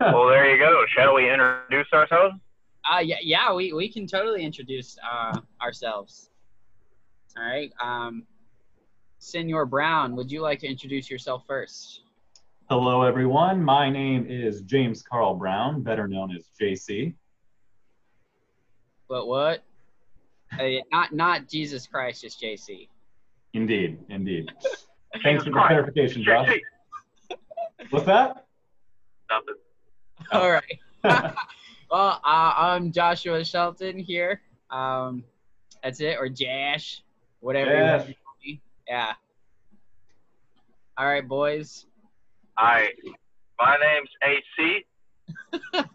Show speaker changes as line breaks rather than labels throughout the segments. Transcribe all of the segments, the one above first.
well, there you go. Shall we introduce ourselves?
Uh, yeah, yeah, we, we can totally introduce uh, ourselves. All right. Um, Senor Brown, would you like to introduce yourself first?
Hello, everyone. My name is James Carl Brown, better known as JC.
But what? Uh, not not Jesus Christ, just JC.
Indeed, indeed. Thanks for the clarification, Josh. What's that?
Nothing.
All right. well, uh, I'm Joshua Shelton here. Um, that's it, or Jash, whatever. you want
Jash.
to call me. Yeah. All right, boys.
Hi. My name's AC.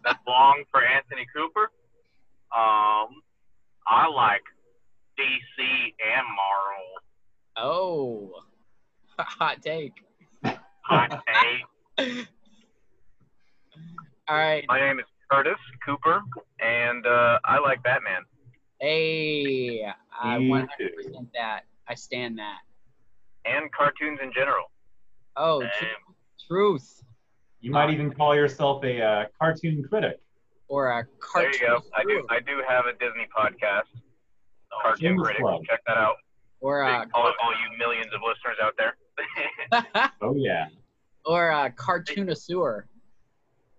That's long for Anthony Cooper. Um, I like DC and Marvel.
Oh, hot take.
Hot take.
All right.
My name is Curtis Cooper, and uh, I like Batman.
Hey, I
Me
100%
too.
that. I stand that.
And cartoons in general.
Oh,
Damn.
tr- truth
You might even call yourself a uh, cartoon critic.
or a
There
cartoon
you go. I do.
crew,
I do have a Disney podcast, Cartoon
Genius
Critic.
Club.
Check that out.
or a
all, all you millions of listeners out there.
Oh yeah.
or a cartoonosaur.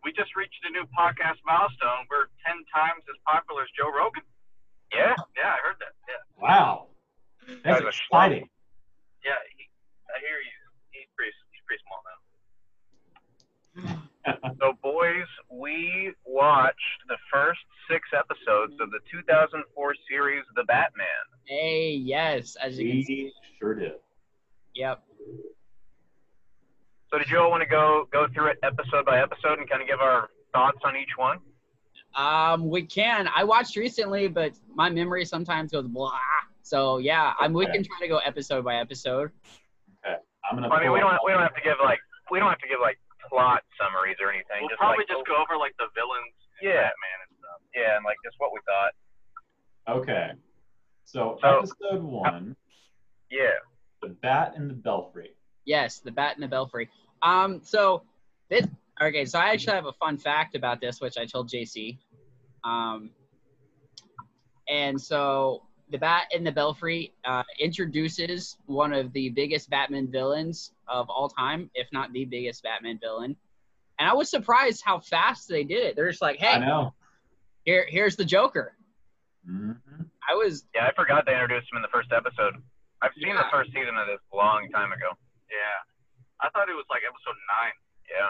we just reached a new podcast milestone. We're ten times as popular as Joe Rogan. Yeah, yeah, I heard that. Yeah,
Wow.
Guys,
That's
I-
exciting.
yeah, he, I hear you. He's pretty, he's pretty small now. so, boys, we watched the first six episodes of the 2004 series The Batman.
Hey, yes, as you can see.
We sure did.
Yep.
So, did you all want to go go through it episode by episode and kind of give our thoughts on each one?
Um, we can. I watched recently, but my memory sometimes goes blah. So yeah, I'm. We
Okay.
can try to go episode by episode.
I'm gonna.
I mean,
pull
we
up-
don't we don't have to give like we don't have to give like plot summaries or anything.
We'll
just
probably
like,
just go over like the villains.
yeah, man, and stuff. Yeah, and like just what we thought.
Okay. So,
So-
episode one,
Yeah.
the bat and the belfry.
Yes, the bat and the belfry. Um, so this. Okay, so I actually have a fun fact about this, which I told JC. Um, and so the bat and the belfry uh, introduces one of the biggest Batman villains of all time, if not the biggest Batman villain. And I was surprised how fast they did it. They're just like,
I
hey,
know.
here, here's the Joker.
Mhm.
I was
Yeah, I forgot they introduced him in the first episode. I've seen
Yeah.
the first season of this a long time ago.
Yeah, I thought it was like episode nine.
Yeah.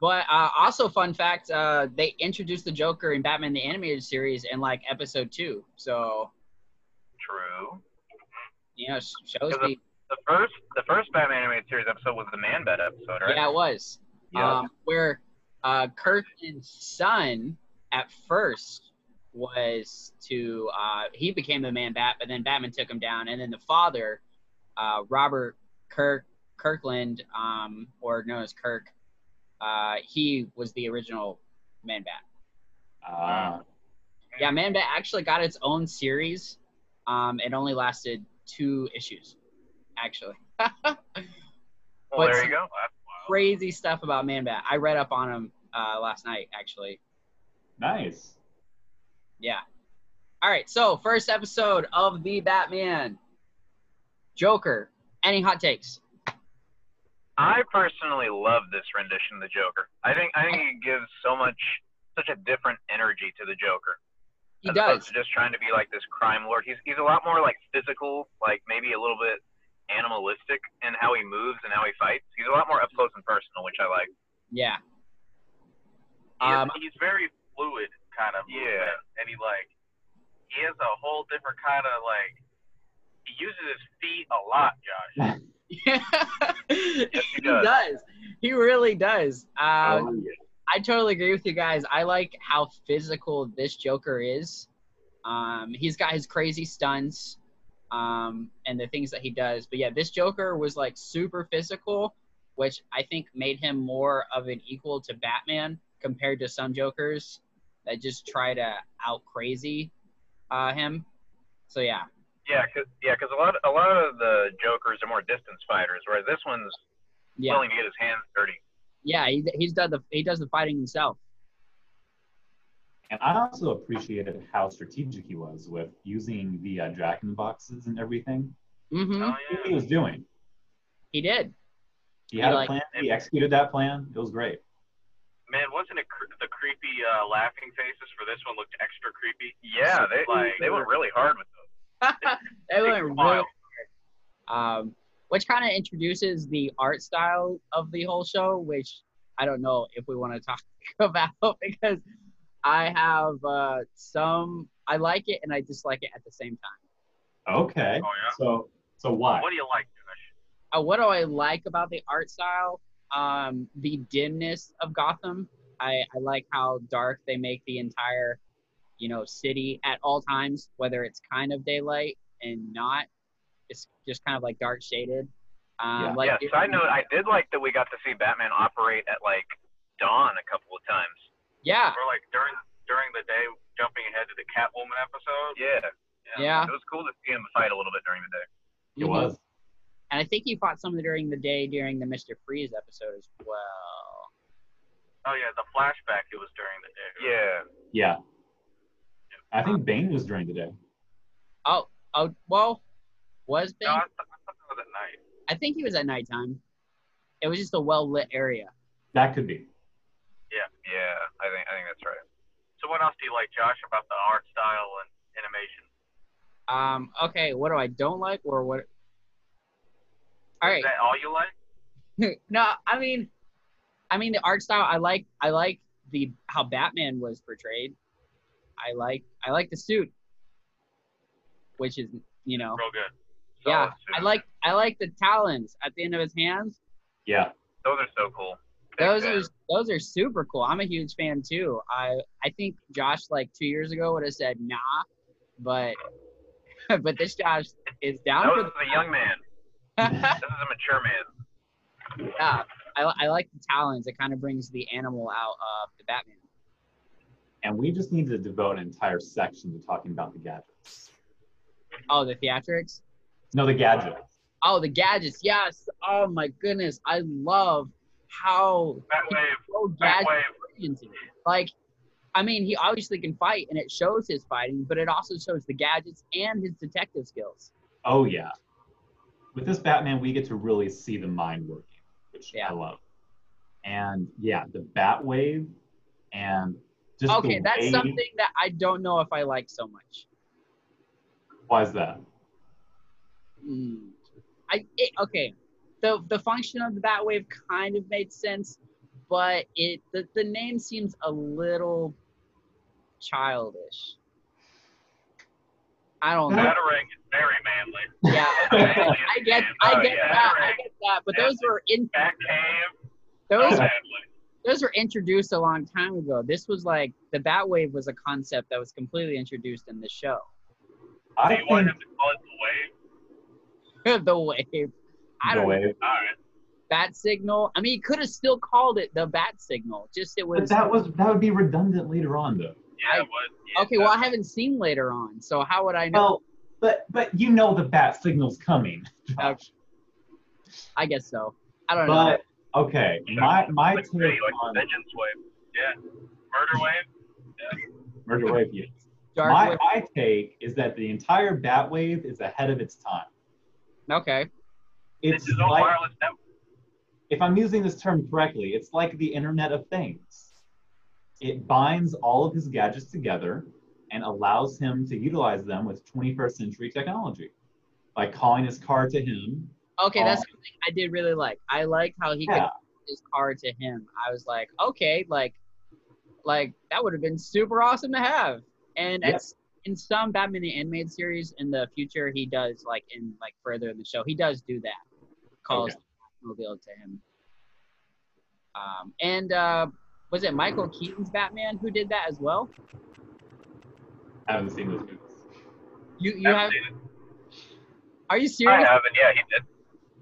But uh, also, fun fact: uh, they introduced the Joker in Batman the Animated Series in like episode two. So
True.
you know, sh- shows
Is it-
me.
The first the first Batman animated series episode was the Man Bat episode, right?
Yeah, it was. Um, where uh, Kirkman's son at first was to uh, he became the Man Bat, but then Batman took him down, and then the father, uh, Robert Kirk Kirkland, um, or known as Kirk, uh, he was the original Man Bat.
Ah,
Yeah, Man Bat actually got its own series. Um, it only lasted two issues, actually.
Well,
What's-
there you go.
Crazy stuff about Man Bat. I read up on him uh, last night, actually.
nice.
Yeah. All right, so first episode of The Batman. Joker. Any hot takes?
I personally love this rendition of the Joker. I think I think it gives so much such a different energy to the Joker.
He
as opposed
does.
to just trying to be like this crime lord. He's he's a lot more like physical, like maybe a little bit animalistic in how he moves and how he fights. He's a lot more up close and personal, which I like.
Yeah.
He is-
Um,
he's very fluid kind of.
Yeah.
movement, and he like he has a whole different kind of like he uses his feet a lot, Josh.
he
he does.
does. He really does. Uh,
Um,
Oh, yeah.
I totally agree with you guys. I like how physical this Joker is. Um, he's got his crazy stunts um, and the things that he does. But yeah, this Joker was like super physical, which I think made him more of an equal to Batman compared to some Jokers that just try to out crazy uh, him. So yeah,
Yeah, cause, yeah, 'cause a lot a lot of the Jokers are more distance fighters, whereas this one's
yeah,
willing to get his hands dirty.
Yeah, he, he's done the he does the fighting himself.
And I also appreciated how strategic he was with using the uh, dragon boxes and everything.
Mm-hmm.
Oh,
He knew what he
yeah.
was doing.
He did.
He had
He,
a
like-
plan. He executed that plan. It was great.
Man, wasn't it cr- the creepy uh, laughing faces for this one looked extra creepy?
Yeah, they
Like-
they went really hard with those.
They
Big
went
smile.
real um, which kind of introduces the art style of the whole show, which I don't know if we want to talk about because I have uh, some I like it and I dislike it at the same time.
Okay.
Oh, yeah?
So so why?
What do you like, Josh?
Uh, what do I like about the art style? Um, the dimness of Gotham. I, I like how dark they make the entire, you know, city at all times, whether it's kind of daylight and not. It's just kind of like dark shaded. Um,
Yeah.
like
yeah. Side note, I did like that we got to see Batman operate at like dawn a couple of times.
yeah,
Or like during during the day, jumping ahead to the Catwoman episode.
Yeah.
Yeah.
It was cool to see him fight a little bit during the day.
mm-hmm.
It was.
And I think he fought some during the day during the Mister Freeze episode as well.
Oh yeah, the flashback. It was during the day.
Yeah.
Yeah. I think Bane was during the day.
Oh, oh, well, was Bane?
No, I thought, I thought that was at night.
I think he was at nighttime. It was just a well lit area.
That could be.
Yeah. I think I think that's right.
So what else do you like, Josh, about the art style and animation?
Um, okay, what do I don't like or what? All right,
Is that all you like?
no, I mean, I mean the art style. I like, I like the how Batman was portrayed. I like, I like the suit, which is you know,
Real good.
yeah.
Solid suit.
I like, I like the talons at the end of his hands.
Yeah.
Those are so cool. Big
Those
fan.
are those are super cool. I'm a huge fan too. I I think Josh like two years ago would have said nah, but but this Josh is down
That
for
was a young man.
the
This is a mature man.
yeah. I, I like the talons. It kind of brings the animal out of the Batman.
And we just need to devote an entire section to talking about the gadgets.
Oh, the theatrics.
No, the gadgets.
Oh, the gadgets. Yes. Oh my goodness. I love how
That wave.
so
That
gadget
wave.
oriented. Like, I mean, he obviously can fight, and it shows his fighting, but it also shows the gadgets and his detective skills.
Oh yeah. With this Batman, we get to really see the mind working, which
Yeah.
I love. And yeah, the Bat Wave, and just
Okay,
the
that's
way-
something that I don't know if I like so much.
Why is that?
Mm. I it, okay, the the function of the Batwave kind of made sense, but it the, the name seems a little childish. I don't know.
Batarang is very manly.
Yeah,
Manly
I
as
get
man.
I
Oh,
get
yeah.
that I get that, but those were in
Batcave.
those
So manly.
those were introduced a long time ago. This was like the Batwave was a concept that was completely introduced in the show.
Do
I
you want
think
him to call it the wave?
the wave. I
the
don't know.
wave,
All right.
bat signal. I mean, he could have still called it the bat signal. Just it
but
was
that was that would be redundant later on though.
Yeah,
I-
it was. Yeah,
okay. Well, I
that-
haven't seen later on, so how would I know?
Well, but but you know the bat signal's coming. Josh.
I guess so. I don't know.
But okay, my my
like,
take
really, like
on
vengeance wave.
Murder wave.
Murder Wave. yeah.
Dark
My
Wave-
my take is that the entire Bat Wave is ahead of its time.
okay.
It's
It's
his own
like
wireless network.
if I'm using this term correctly, it's like the Internet of Things. It binds all of his gadgets together and allows him to utilize them with 21st century technology, by calling his car to him.
Okay, that's
Oh.
something I did really like. I like how he
Yeah.
could his car to him. I was like, okay, like, like that would have been super awesome to have. And
Yeah.
it's in some Batman the animated series in the future, he does like in like further in the show, he does do that. Calls
Okay.
the Batmobile to him. Um, and uh, was it Michael Keaton's Batman who did that as well?
I haven't seen those movies.
You you have? Are you
I
serious?
haven't. Yeah, he did.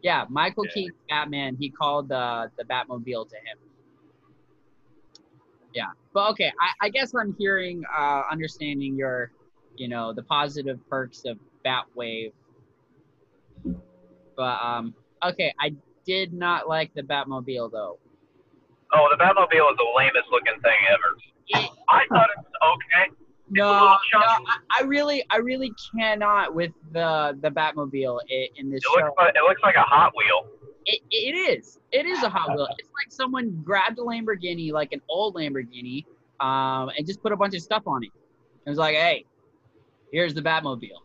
Yeah, Michael
Yeah.
Keaton's Batman. He called the the Batmobile to him. Yeah, but okay. I, I guess I'm hearing, uh, understanding your, you know, the positive perks of Batwave. But um, okay. I did not like the Batmobile though.
Oh, the Batmobile is the lamest looking thing ever. I thought it was okay.
No,
little
no,
chunky.
I, I really, I really cannot with the the Batmobile i in this
It
show.
looks like it looks like a Hot Wheel.
It, it is. It is a Hot Wheel. It's like someone grabbed a Lamborghini, like an old Lamborghini, um, and just put a bunch of stuff on it. It was like, hey, here's the Batmobile.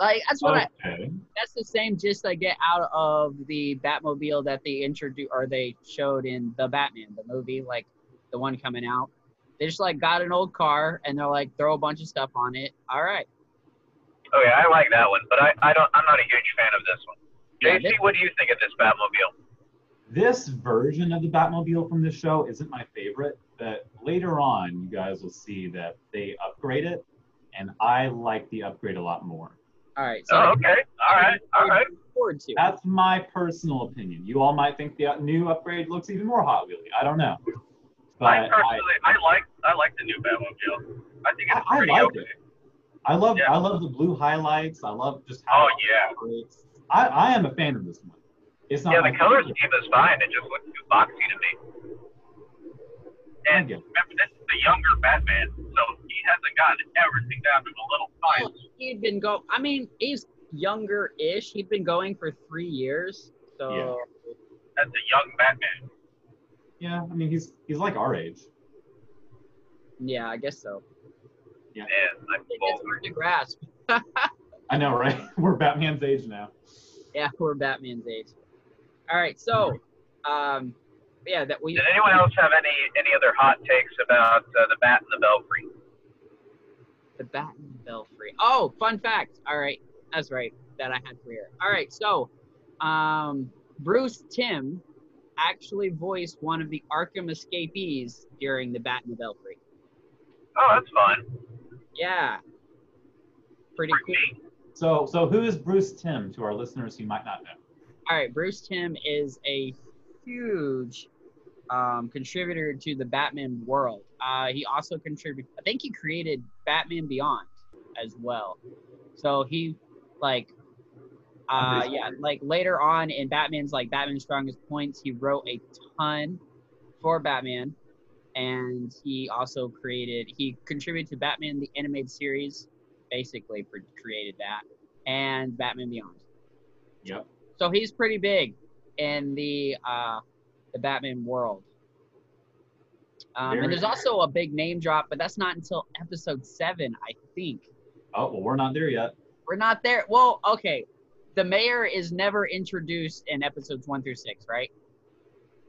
Like that's
Oh.
what I,
okay.
that's the same gist I get out of the Batmobile that they introduced or they showed in the Batman, the movie, like the one coming out. They just like got an old car and they're like throw a bunch of stuff on it. All right.
Okay, I like that one, but I, I don't I'm not a huge fan of this one.
Yeah,
JC, what do you think of this Batmobile?
This version of the Batmobile from this show isn't my favorite, but later on you guys will see that they upgrade it, and I like the upgrade a lot more.
All right. So
Oh, okay. All right. All right.
forward to. it.
That's my personal opinion. You all might think the new upgrade looks even more Hot Wheelie. I don't know. But
I
I,
personally I like I like the new Batmobile. I think it's
I- I
pretty
like
okay.
I love
Yeah.
I love the blue highlights. I love just how
Oh yeah.
it operates. I, I am a fan of this one. It's not
Yeah,
my
the color
favorite.
scheme is fine. It just looks too boxy to me.
I
And
get it.
remember, this is the younger Batman, so he hasn't gotten everything down to the little science.
He'd been go. I mean, he's younger-ish. He'd been going for three years. So
Yeah.
That's a young Batman.
Yeah, I mean he's he's like our age.
yeah, I guess so.
Man, I'm
It gets
old.
hard to grasp.
I know, right? We're Batman's age now.
Yeah, we're Batman's age. All right, so, um, yeah, that we.
Did anyone else have any any other hot takes about uh, the Bat and the Belfry?
The Bat and Belfry. Oh, fun fact. All right, that's right. That I had career. All right, so um, Bruce Tim actually voiced one of the Arkham escapees during the Bat and the Belfry.
Oh, that's fun.
Yeah, pretty cool.
Neat.
So so who is Bruce Tim to our listeners who might not know?
All right, Bruce Tim is a huge um, contributor to the Batman world. Uh, he also contributed. I think he created Batman Beyond as well. So he like. Uh, yeah, like later on in Batman's like Batman's strongest points, he wrote a ton for Batman, and he also created he contributed to Batman the animated series, basically pr- created that, and Batman Beyond.
Yep.
So he's pretty big in the uh, the Batman world. Um,
Very
and there's
big.
also a big name drop, but that's not until episode seven, I think.
Oh well we're not there yet.
We're not there. Well, okay. The mayor is never introduced in episodes one through six, right?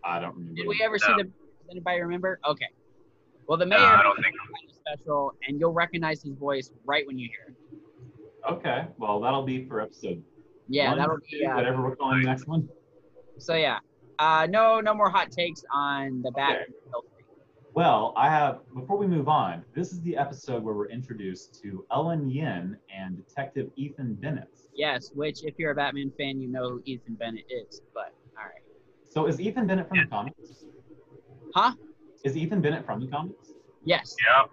I don't remember.
Did we ever see
No.
the? Does anybody remember? Okay. Well, the
No,
mayor
I don't think.
is special, and you'll recognize his voice right when you hear it.
Okay. Well that'll be for episode
Yeah,
one,
that'll
two,
be. Uh,
whatever we're calling the next one.
so yeah, uh, no, no more hot takes on the Batman.
Well, I have, before we move on, this is the episode where we're introduced to Ellen Yin and Detective Ethan Bennett.
Yes, which if you're a Batman fan, you know who Ethan Bennett is. But all right,
So is Ethan Bennett from the comics?
Huh?
Is Ethan Bennett from the comics?
yes.
Yeah.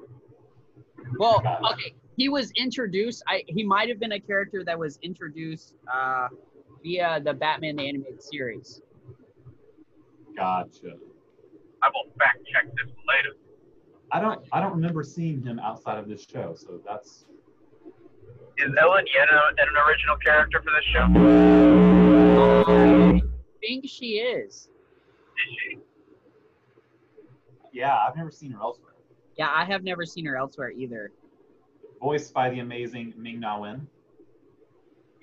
Well, okay, he was introduced. I he might have been a character that was introduced uh, via the Batman the animated series.
Gotcha.
I will fact check this later.
I don't I don't remember seeing him outside of this show, so that's
Is Ellen Yen a- an original character for this show?
I think she
Is
is.
she?
yeah, I've never seen her elsewhere.
Yeah, I have never seen her elsewhere either.
Voiced by the amazing Ming Na Wen.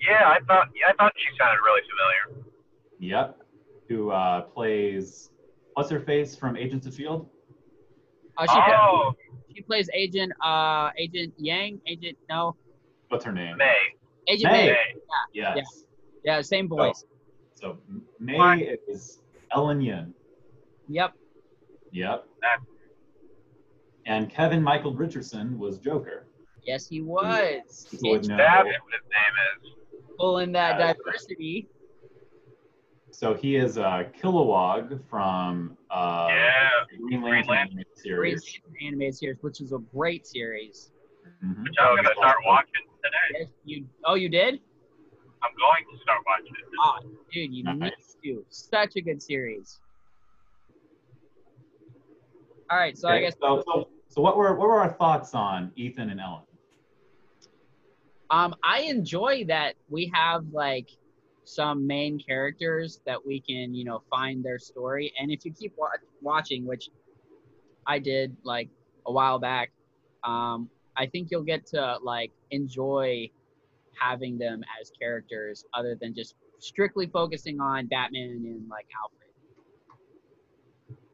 Yeah, I thought yeah, I thought she sounded really familiar.
Yep. Who uh, plays what's her face from Agents of Shield?
Uh, she,
Oh,
she plays Agent uh Agent Yang, Agent no,
What's her name?
May.
Agent
May.
May.
May.
Yes.
Yeah, same voice.
So May
Why?
is Ellen Yin.
Yep.
Yep.
That-
And Kevin Michael Richardson was Joker.
Yes, he was.
People would
It's
know.
That is what his name is.
pulling that
Yeah.
diversity.
So he is uh, Kilowog from uh,
yeah.
Green
Green
Lantern
Lantern.
anime
Green
series.
Lantern animated series, which is a great series.
Mhm.
Which I'm gonna start watching today.
Yes, you. Oh, you did?
I'm going to start watching it.
Ah, dude, you need
Nice.
to. Such a good series. All right, so I
Okay,
guess
so, so, so what were what were our thoughts on Ethan and Ellen?
um, I enjoy that we have like some main characters that we can, you know, find their story. And if you keep wa- watching, which I did like a while back, um, I think you'll get to like enjoy having them as characters other than just strictly focusing on Batman and like Alfred.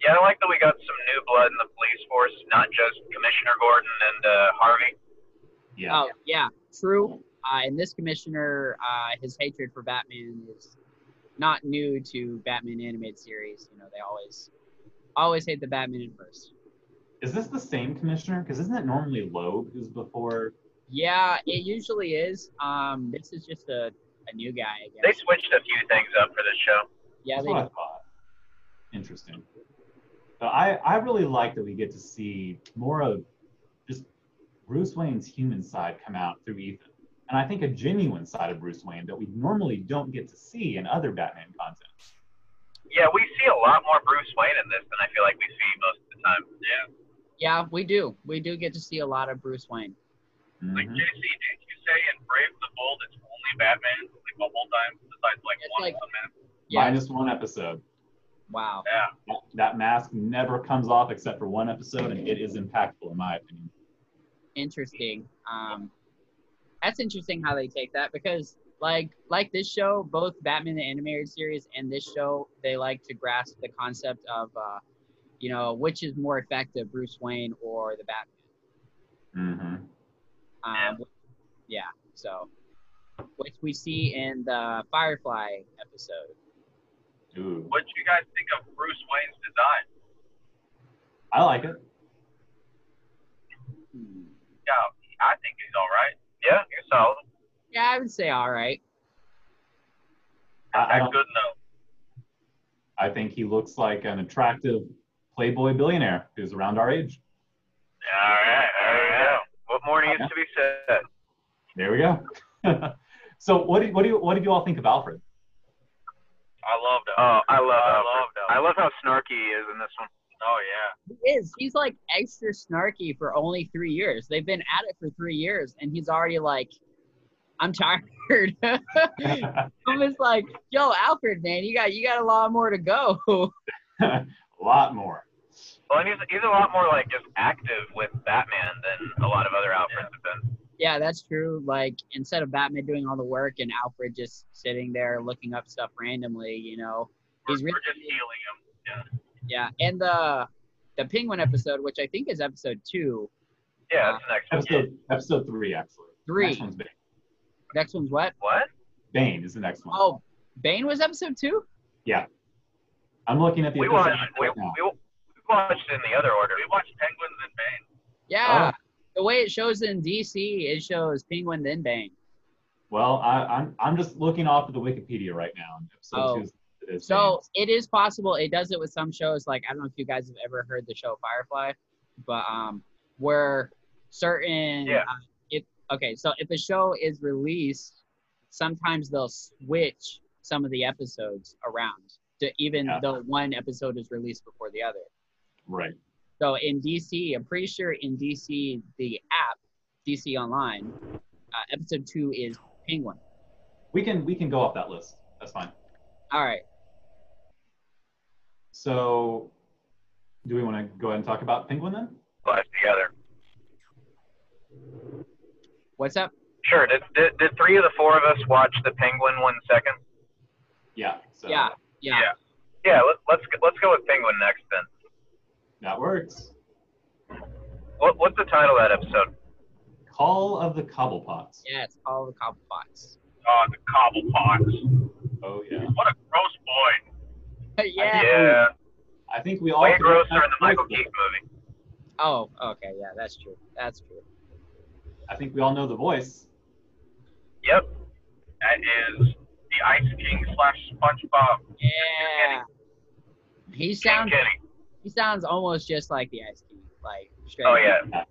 Yeah, I like that we got some new blood in the police force, not just Commissioner Gordon and uh, Harvey.
Yeah.
Oh yeah, true. Uh, and this commissioner, uh, his hatred for Batman is not new to Batman animated series. You know, they always always hate the Batman at first.
Is this the same commissioner? Because isn't it normally Loeb who's before?
Yeah, it usually is. Um, this is just a, a new guy, I
They
guess.
switched a few things up for this show.
Yeah,
That's
they,
what I thought. Interesting. But I, I really like that we get to see more of just Bruce Wayne's human side come out through Ethan. And I think a genuine side of Bruce Wayne that we normally don't get to see in other Batman content.
Yeah, we see a lot more Bruce Wayne in this than I feel like we see most of the time. Yeah.
yeah, we do. We do get to see a lot of Bruce Wayne.
Like
Mhm.
JC, didn't you say in Brave the Bold it's only Batman like the whole time besides like
It's
one
like-
man?
Yeah.
Minus one episode.
Wow.
Yeah.
That, that mask never comes off except for one episode, and it is impactful, in my opinion.
interesting. Um, that's interesting how they take that because like like this show, both Batman the animated series and this show, they like to grasp the concept of uh, you know which is more effective, Bruce Wayne or the Batman.
Mm-hmm.
Um, yeah. So, which we see in the Firefly episode.
Ooh,
What you guys think of Bruce Wayne's design?
I like it.
Hmm.
Yeah, I think he's all right.
Yeah, you're solid.
Yeah, I would say all right.
I, I,
That's
don't,
good enough.
I think he looks like an attractive playboy billionaire who's around our age.
Yeah, all right, all
There you
right.
go. What more needs to be said?
There we go. so what do you, what do you, what did you all think of Alfred?
I loved it.
Oh, I love
I
Alfred.
loved it.
I love how snarky he is in this one.
oh yeah.
He is. He's like extra snarky for only three years. They've been at it for three years, and he's already like, I'm tired. I'm just like, yo, Alfred, man, you got you got a lot more to go.
a lot more.
Well, and he's, he's a lot more like just active with Batman than a lot of other Alfreds have been.
yeah, that's true. Like instead of Batman doing all the work and Alfred just sitting there looking up stuff randomly, you know,
We're,
he's really
we're just healing him.
yeah. And the the Penguin episode, which I think is episode two,
Yeah, that's the next one.
Episode episode three actually.
three.
Next one's Bane.
Next one's what?
What?
Bane is the next one.
Oh, Bane was episode two.
I'm looking at the
We
official
watched we,
right now.
we, we watched in the other order.
We watched Penguins and Bane.
Yeah,
Oh.
the way it shows in DC, it shows Penguin then Bane.
Well, I, I'm I'm just looking off of the Wikipedia right now. and Episode
Oh.
two is- is
So
Bane's.
it is possible. It does it with some shows. Like I don't know if you guys have ever heard the show Firefly, but um, where certain
Yeah.
uh, if okay, so if a show is released, sometimes they'll switch some of the episodes around to even
Yeah.
though one episode is released before the other.
right.
So in DC, I'm pretty sure in DC the app DC Online, uh, episode two is Penguin.
We can we can go off that list. That's fine.
All right.
So do we want to go ahead and talk about Penguin then?
Watched together.
What's up?
Sure. Did, did, did three of the four of us watch the Penguin one second?
Yeah. So
Yeah. Yeah.
Yeah. Yeah, let, let's go- let's go with Penguin next then.
that works.
What, what's the title of that episode?
Call of the Cobblepots.
Yeah. It's all the Cobblepots.
Uh,
Oh, the Cobblepots.
Oh yeah.
What a gross boy.
yeah.
Yeah,
I think we all
way
can
grosser
recognize
than the Michael
voices.
Keaton movie.
Oh, okay, yeah, that's true. That's true.
I think we all know the voice.
Yep.
That is the Ice King slash SpongeBob.
Yeah. He
King
sounds
Kenny.
he sounds almost just like the Ice King, like straight.
Oh
up.
yeah.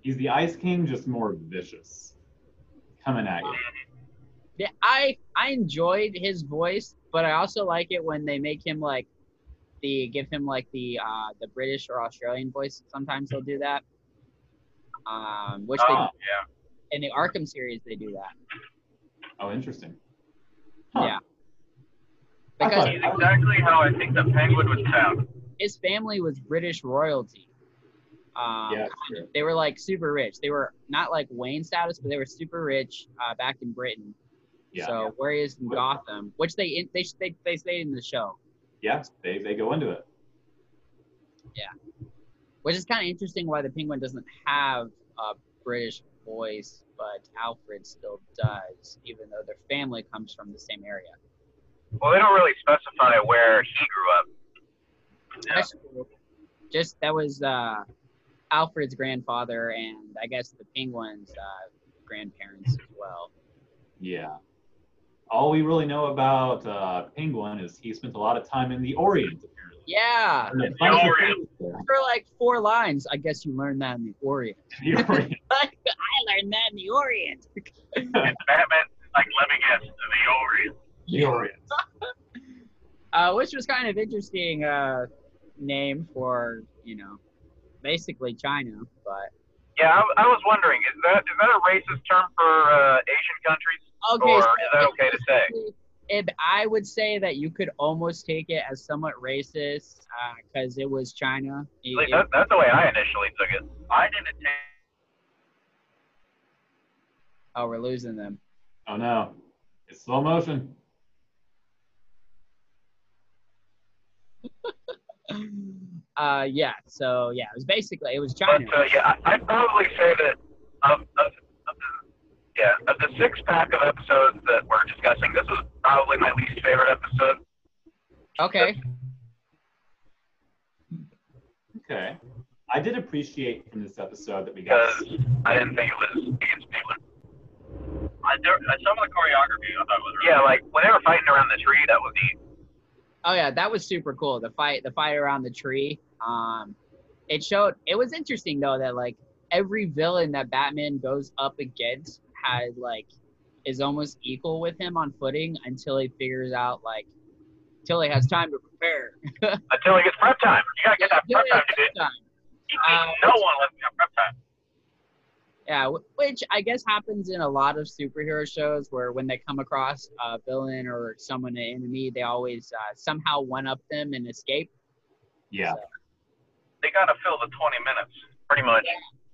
He's the Ice King, just more vicious, coming at you.
Yeah, I I enjoyed his voice, but I also like it when they make him like the give him like the uh the British or Australian voice. Sometimes they'll do that. Um, which
Oh,
Ah.
yeah.
they in the Arkham series they do that.
Oh, interesting.
Yeah.
I
Because
thought-
He's exactly how I think the penguin would sound.
his family was British royalty. Um,
yeah, sure.
They were like super rich. They were not like Wayne status, but they were super rich uh, back in Britain.
Yeah.
So whereas in Gotham, which they in, they they they stayed in the show,
yeah, they, they go into it.
which is kind of interesting why the Penguin doesn't have a British voice, but Alfred still does, even though their family comes from the same area.
Well, they don't really specify where he grew up.
Yeah.
That's cool. Just that was uh, Alfred's grandfather, and I guess the Penguin's uh, grandparents as well.
Yeah. All we really know about uh, Penguin is he spent a lot of time in the Orient, apparently.
Yeah.
And a
The
bunch of
Orient.
things there.
for like four lines. I guess you learned that in the Orient.
The Orient.
I learned that in the Orient.
Batman, like, let me guess, the Orient.
The Orient.
Uh, which was kind of interesting uh, name for you know, basically China. But
Yeah, I, I was wondering, is that is that a racist term for uh, Asian countries,
okay,
or
so
is that okay to say?
if I would say that you could almost take it as somewhat racist because it was China. It-
At least
it-
that, that's the way I initially took it.
I didn't take
oh, we're losing them.
Oh, no. It's slow motion.
Uh, yeah. So yeah, it was basically it was China.
But uh, yeah, I, I'd probably say that of, of, of the, yeah of the six pack of episodes that we're discussing, this was probably my least favorite episode.
Okay.
Okay. I did appreciate from this episode that we got.
because I didn't think it was against people.
I, there, uh, some of the choreography I thought was really
Yeah, like when they were fighting around the tree, that was neat.
Oh yeah, that was super cool. The fight, the fight around the tree. Um, it showed. It was interesting though that like every villain that Batman goes up against had like is almost equal with him on footing until he figures out like until he has time to prepare.
Until he gets prep time. You gotta get that
Until
prep
he
time,
has
dude.
time.
like, no one lets me have prep time.
Yeah, wh- which I guess happens in a lot of superhero shows where when they come across a villain or someone an enemy, they always uh, somehow one up them and escape.
Yeah.
They gotta fill the 20 minutes.
Pretty much.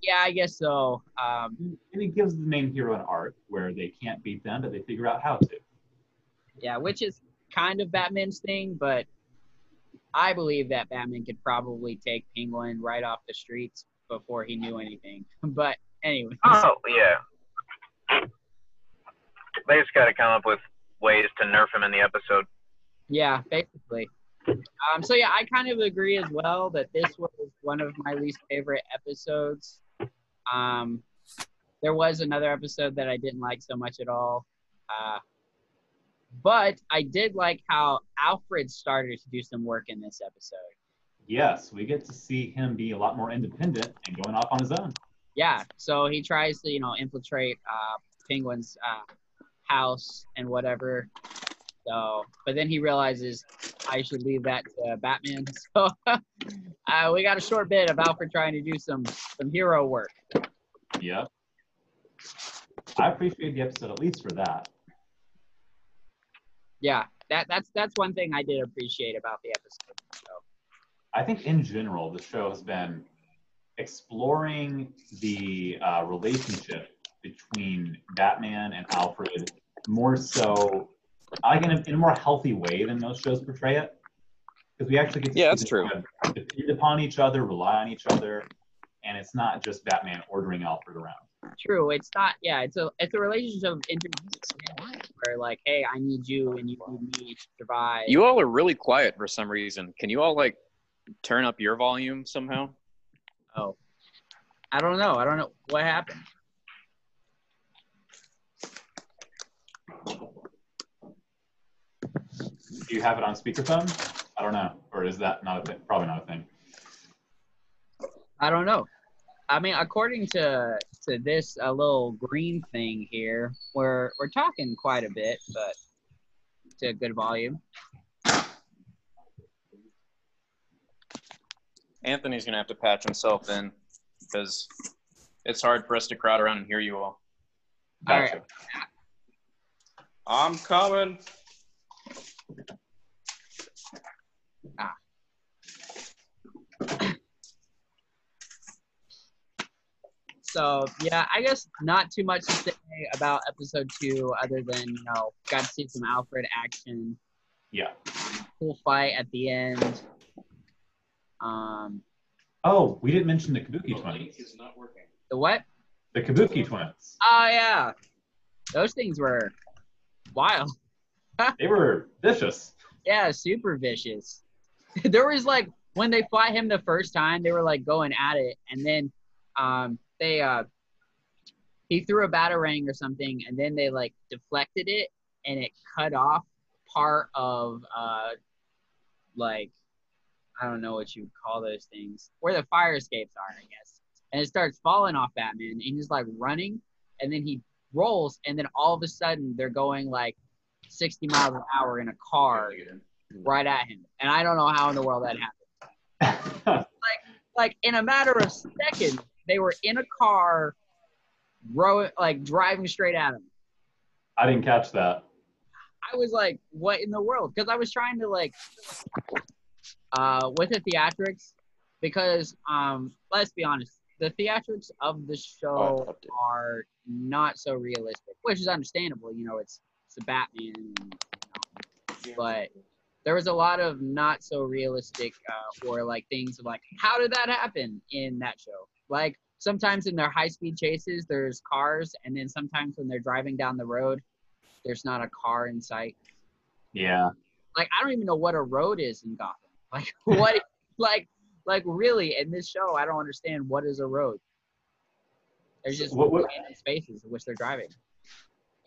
Yeah, I guess so. Um,
And it gives the main hero an arc where they can't beat them, but they figure out how to.
Yeah, which is kind of Batman's thing, but I believe that Batman could probably take Penguin right off the streets before he knew anything. But anyway,
Oh, yeah. They just gotta come up with ways to nerf him in the episode.
yeah, basically. Um, so yeah, I kind of agree as well that this was one of my least favorite episodes. Um, there was another episode that I didn't like so much at all. Uh, but I did like how Alfred started to do some work in this episode.
Yes, we get to see him be a lot more independent and going off on his own.
Yeah, so he tries to, you know, infiltrate uh, Penguin's uh, house and whatever. So, but then he realizes I should leave that to Batman. So uh, we got a short bit of Alfred trying to do some some hero work.
Yep. I appreciate the episode at least for that.
Yeah, that that's that's one thing I did appreciate about the episode. So,
I think in general, the show has been exploring the uh, relationship between Batman and Alfred more so, I like in a, in a more healthy way than most shows portray it, because we actually get to
Yeah,
see
that's
them
true.
kind of depend upon each other, rely on each other, and it's not just Batman ordering Alfred around.
true, it's not. Yeah, it's a it's a relationship of interdependence where like, hey, I need you and you need me to survive.
You all are really quiet for some reason. Can you all like turn up your volume somehow?
oh, I don't know. I don't know what happened.
Do you have it on speakerphone? I don't know, or is that not a thing? Probably not a thing.
I don't know. I mean, according to to this uh, little green thing here, where we're talking quite a bit, but to a good volume.
Anthony's gonna have to patch himself in because it's hard for us to crowd around and hear you all.
All
Gotcha.
I'm coming.
So yeah, I guess not too much to say about episode two, other than you know, got to see some Alfred action,
Yeah.
cool fight at the end. Um,
Oh, we didn't mention the Kabuki twins.
is not working.
the what?
The Kabuki twins.
Oh yeah, those things were wild.
They were vicious.
Yeah, super vicious. there was like when they fought him the first time, they were like going at it, and then um, they uh, he threw a batarang or something, and then they like deflected it, and it cut off part of uh, like I don't know what you would call those things where the fire escapes are, I guess. And it starts falling off Batman, and he's like running, and then he rolls, and then all of a sudden they're going like 60 miles an hour in a car right at him. And I don't know how in the world that happened. Like in a matter of seconds, they were in a car, row like driving straight at him.
I didn't catch that.
I was like, what in the world? Because I was trying to like uh with the theatrics because um let's be honest, the theatrics of the show
Oh, I loved it.
are not so realistic, which is understandable, you know, it's it's the Batman and but there was a lot of not so realistic uh, or like things of like how did that happen in that show like sometimes in their high speed chases there's cars and then sometimes when they're driving down the road there's not a car in sight
Yeah.
like i don't even know what a road is in gotham like what like like really in this show i don't understand what is a road there's just
What- what-
random spaces in which they're driving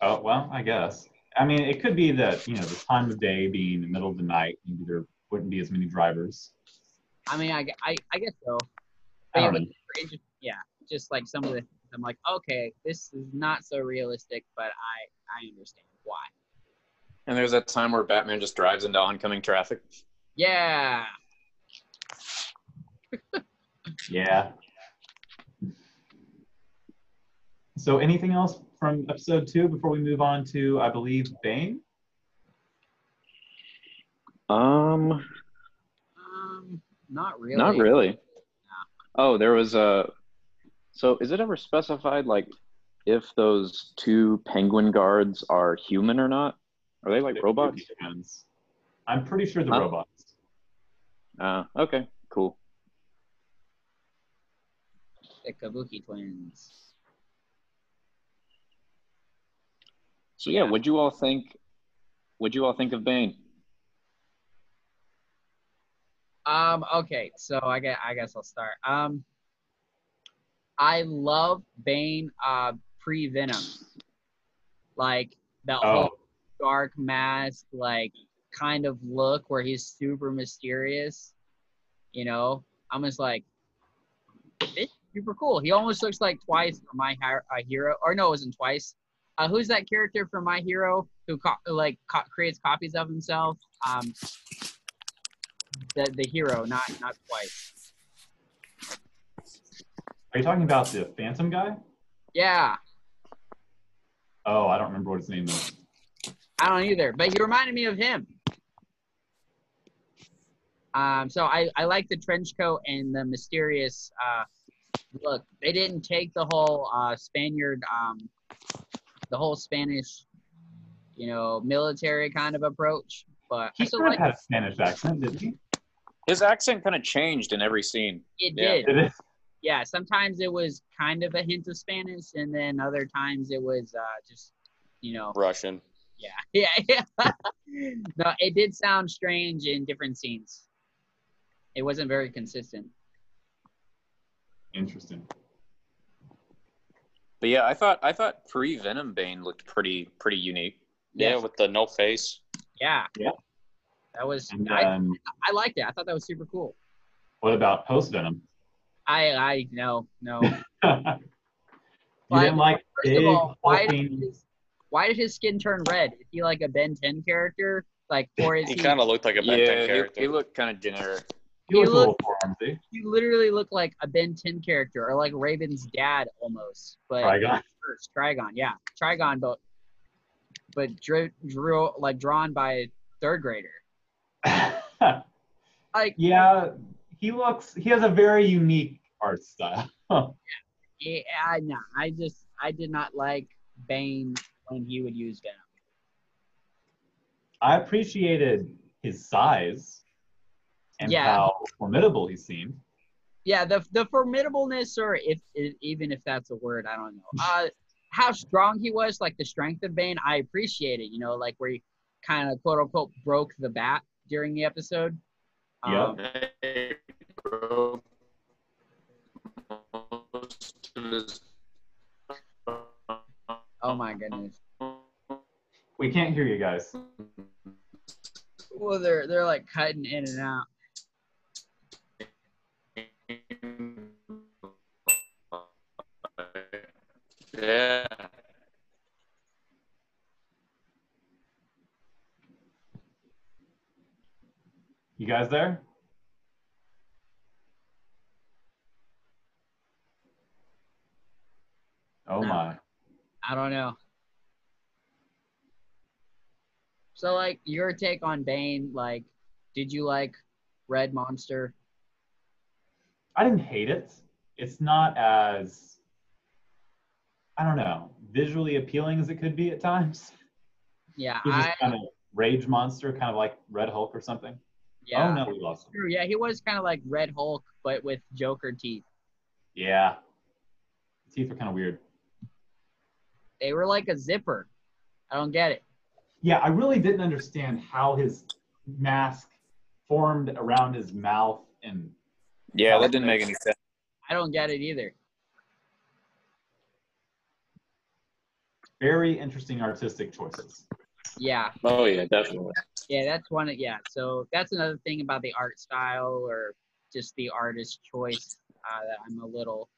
Oh well, I guess. I mean, it could be that you know the time of day being the middle of the night, maybe there wouldn't be as many drivers.
i mean i, I, I guess so
I
But yeah,
don't
but
know.
they're inter- yeah, just like some of the I'm like, okay, this is not so realistic, but I I understand why.
And there's that time where Batman just drives into oncoming traffic.
Yeah,
Yeah. So, anything else from episode two before we move on to, I believe, Bane?
Um,
um, not really.
not really. Oh, there was a. So is it ever specified like if those two penguin guards are human or not? Are they like robots?
Depends. I'm pretty sure the
Huh?
robots.
Uh, okay, cool.
The Kabuki twins.
So yeah, what'd you all think? What'd you all think of Bane?
Um, okay, so I guess, I guess I'll start. Um, I love Bane uh, pre Venom, like the whole
Oh,
dark mask like kind of look where he's super mysterious you know i'm just like it's super cool he almost looks like twice from my Hi- uh, hero or no it wasn't twice uh, who's that character from my hero who co- like co- creates copies of himself um the, the hero not not twice
are you talking about the Phantom guy?
yeah
Oh, I don't remember what his name is.
I don't either, but he reminded me of him. Um, so I, I like the trench coat and the mysterious uh, look. They didn't take the whole uh, Spaniard, um, the whole Spanish, you know, military kind of approach. But I
He
still
sort of
like
had a Spanish accent, didn't he?
His accent kind of changed in every scene.
it
yeah.
did.
Did it?
Yeah, sometimes it was kind of a hint of Spanish, and then other times it was uh, just, you know,
Russian.
yeah, yeah, yeah. no, it did sound strange in different scenes. It wasn't very consistent.
Interesting.
But yeah, I thought I thought pre Venom Bane looked pretty pretty unique.
Yeah,
Yes.
with the no face.
Yeah.
Yeah.
That was
And
I,
um,
I liked it. I thought that was super cool.
what about post Venom?
I I no no.
I You didn't like
First
big
of all, why did,
hulking-
his, why did his skin turn red? Is he like a Ben 10 character? Like, or is
He
he?
kind of looked like a Ben 10
Yeah,
character.
he, he looked kind of generic.
He
he
was a little
looked-
clumsy.
he literally looked like a Ben 10 character, or like Raven's dad almost. But
Trigon.
first, Trigon, yeah, Trigon, but but drew, drew like drawn by a third grader. Like
yeah, he looks. He has a very unique art style.
Yeah, I know. I just I did not like Bane when he would use Venom.
I appreciated his size and
Yeah.
how formidable he seemed.
Yeah, the the formidableness, or if, if even if that's a word, I don't know. Uh, how strong he was, like the strength of Bane, I appreciate it. You know, like where he kind of quote unquote broke the bat during the episode.
Yeah.
Um,
They broke most of his-
oh my goodness.
We can't hear you guys.
Well, they're they're like cutting in and out.
yeah.
You guys there? Oh
No.
Oh my.
I don't know. So like your take on Bane, like did you like Red Monster?
I didn't hate it. It's not as I don't know, visually appealing as it could be at times.
Yeah,
He's just
I
kind of rage monster, kind of like Red Hulk or something.
yeah.
Oh no, we lost him.
True, yeah, he was kind of like Red Hulk, but with Joker teeth.
Yeah. Teeth are kind of weird.
They were like a zipper. I don't get it.
Yeah, I really didn't understand how his mask formed around his mouth and
Yeah, that didn't make any sense.
I don't get it either.
very interesting artistic choices.
Yeah,
Oh yeah, definitely.
yeah, that's one. of- Yeah, so that's another thing about the art style or just the artist choice uh, that I'm a little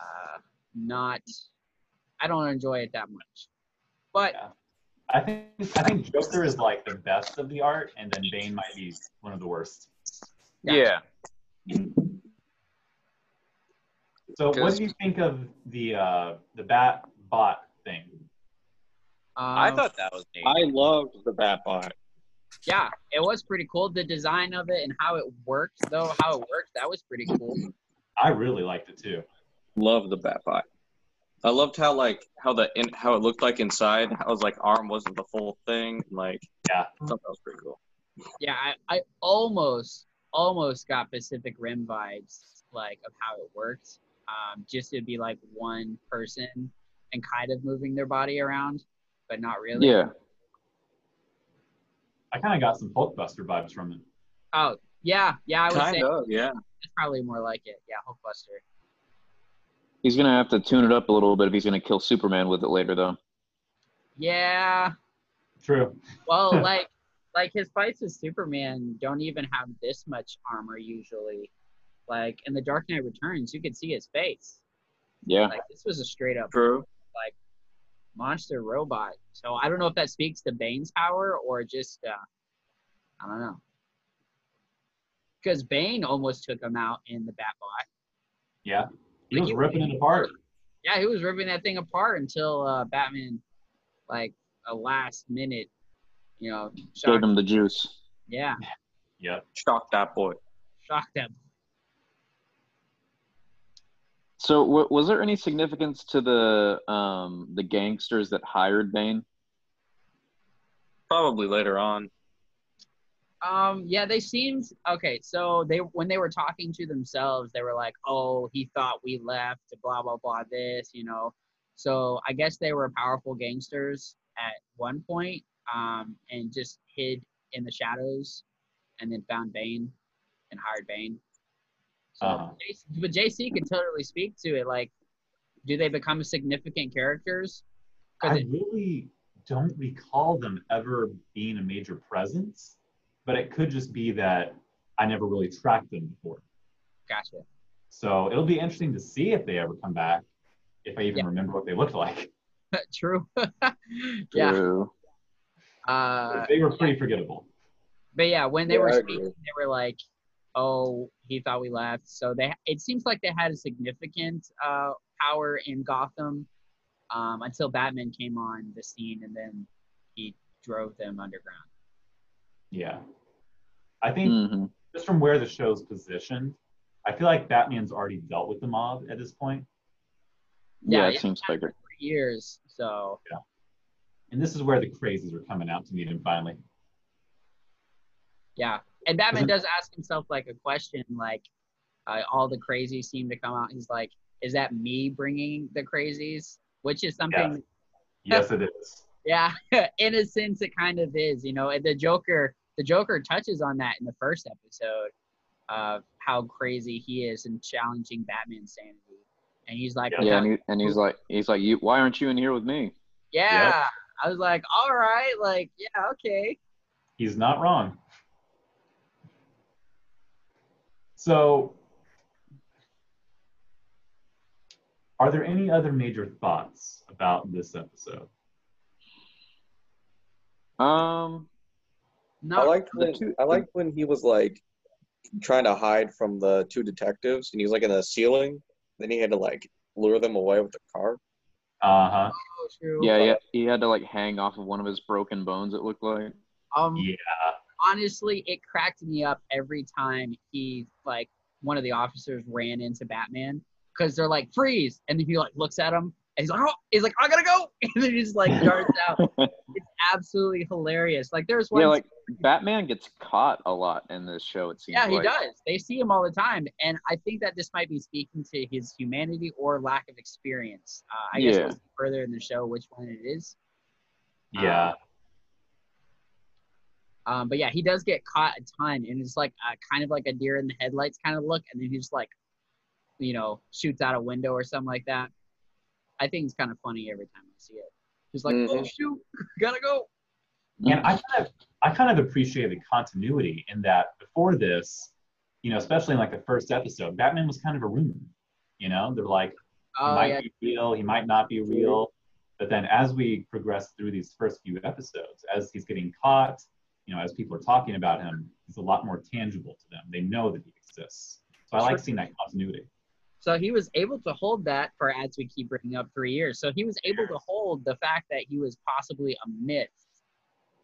uh, not. I don't enjoy it that much. But
I think I think Joker is like the best of the art, and then Bane might be one of the worst.
Yeah.
So what
Because-
do you think of the uh, the bat bot thing?
um,
I thought that was neat.
I loved the bat bot.
yeah, it was pretty cool. The design of it and how it worked, though, how it worked, that was pretty cool.
I really liked it too.
Love the bat bot. I loved how like how the in, how it looked like inside. How his like arm wasn't the full thing. Like
Yeah.
I thought that was pretty cool.
Yeah, I, I almost almost got Pacific Rim vibes like of how it worked. Um, just it'd be like one person and kind of moving their body around, but not really.
Yeah.
I kind of got some Hulkbuster vibes from it.
Oh, yeah, yeah. I would say
Kind of, yeah.
that's probably more like it. Yeah, Hulkbuster.
He's gonna have to tune it up a little bit if he's gonna kill Superman with it later, though.
Yeah.
True.
Well, like like his fights with Superman don't even have this much armor usually. Like in the Dark Knight Returns, you could see his face.
Yeah.
Like this was a straight up
True.
monster robot. So I don't know if that speaks to Bane's power or just uh, I don't know. Because Bane almost took him out in the Batbot.
Yeah. He
Like,
was ripping it apart.
Yeah, he was ripping that thing apart until uh, Batman, like a last minute, you know,
Gave
shocked,
him the juice.
yeah,
Yep.
Shock that boy.
shocked them.
So, w- was there any significance to the um, the gangsters that hired Bane?
Probably later on.
Um, yeah, they seemed okay. So they when they were talking to themselves, they were like, "Oh, he thought we left." Blah blah blah. This, you know. So I guess they were powerful gangsters at one point, um, and just hid in the shadows, and then found Bane, and hired Bane. So,
Uh-huh.
JC but JC could totally speak to it. Like, do they become significant characters?
I
'Cause it-
really don't recall them ever being a major presence, but it could just be that I never really tracked them before.
gotcha.
So it'll be interesting to see if they ever come back. if I even remember what they looked like.
True. yeah.
True.
Uh,
they were pretty forgettable.
but yeah, when they
Yeah,
were
I
speaking,
agree.
they were like, "Oh, he thought we left." So they, it seems like they had a significant uh, power in Gotham um, until Batman came on the scene, and then he drove them underground.
Yeah. I think
hmm
just from where the show's positioned, I feel like Batman's already dealt with the mob at this point.
Yeah,
Yeah,
it
yeah.
seems like it.
For years, so
And this is where the crazies are coming out to meet him finally.
yeah. And Batman
Mm-hmm.
does
Isn't-
ask himself like a question, like uh, all the crazies seem to come out. He's like, "Is that me bringing the crazies?" Which is something
Yes, it is.
Yeah, in a sense, it kind of is. You know, and the Joker, the Joker touches on that in the first episode of how crazy he is and challenging Batman's sanity. And he's like,
Yeah.
"Well,
Yeah, and, he, and he's like, he's like, you. Why aren't you in here with me?
yeah." I was like, "All right, like, yeah, okay."
He's not wrong. So, are there any other major thoughts about this episode?
Um,
I
No,
liked
the
when
two-
I liked when he was like trying to hide from the two detectives, and he was like in the ceiling. Then he had to like lure them away with the car.
Uh huh.
true.
yeah, yeah. He had to like hang off of one of his broken bones. It looked like.
Um,
Yeah.
honestly, it cracked me up every time he like one of the officers ran into Batman because they're like freeze, and then he like looks at him and he's like, oh, he's like, I gotta go, and then he just like darts out. It's absolutely hilarious. Like there's one,
Yeah, like Batman gets caught a lot in this show. It seems.
yeah, he
like.
does. They see him all the time, and I think that this might be speaking to his humanity or lack of experience. Uh, I guess
Yeah.
we'll see further in the show which one it is.
Yeah.
Um, but yeah, he does get caught a ton, and it's like a, kind of like a deer in the headlights kind of look, and then he just like, you know, shoots out a window or something like that. I think it's kind of funny every time I see it. Just like, oh
Mhm.
shoot, gotta go. Mm-hmm.
And I kind of I kind of appreciate the continuity in that before this, you know, especially in like the first episode, Batman was kind of a rumor. You know, they're like, he
Oh
might
yeah, Mm-hmm.
be real, he might not be real. But then as we progress through these first few episodes, as he's getting caught, you know, as people are talking about him, he's a lot more tangible to them. They know that he exists. So I like
Sure.
seeing that continuity.
So he was able to hold that for, as we keep bringing up, three years. So he was able to hold the fact that he was possibly a myth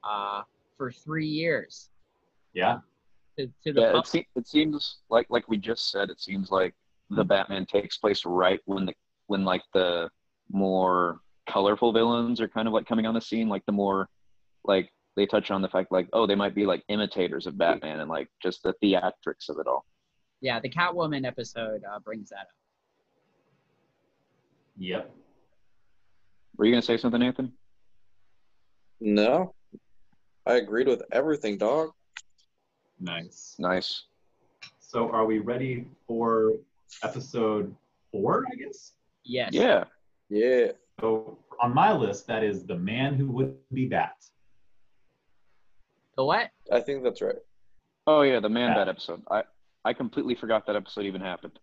uh, for three years.
Yeah.
To, to the
Yeah,
pub-
it, se- it seems like like we just said. It seems like
Hmm.
the Batman takes place right when the when like the more colorful villains are kind of like coming on the scene. Like the more like they touch on the fact like oh they might be like imitators of Batman and like just the theatrics of it all.
yeah, the Catwoman episode uh, brings that up.
Yep.
Were you gonna say something, Nathan?
No, I agreed with everything, dog.
Nice.
Nice.
So are we ready for episode four, I guess?
Yes.
Yeah.
Yeah,
So on my list, that is the man who would be bat.
The what?
I think that's right.
Oh yeah, the man
Yeah.
bat episode. I I completely forgot that episode even happened.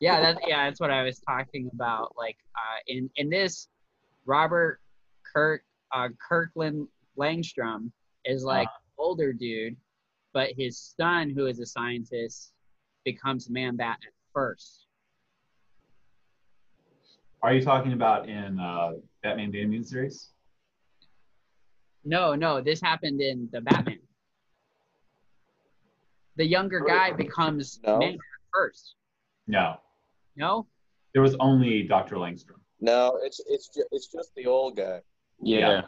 Yeah, that yeah, that's what I was talking about. Like uh, in in this, Robert Kirk uh, Kirkland Langstrom is
Uh-huh.
like older dude, but his son, who is a scientist, becomes Man Bat at first.
Are you talking about in uh, Batman the Animated Series?
No, no, this happened in the Batman. The younger
Oh.
guy becomes
No.
Man Bat first.
No,
No,
there was only Dr. Langstrom.
No, it's it's ju- it's just the old guy.
Yeah.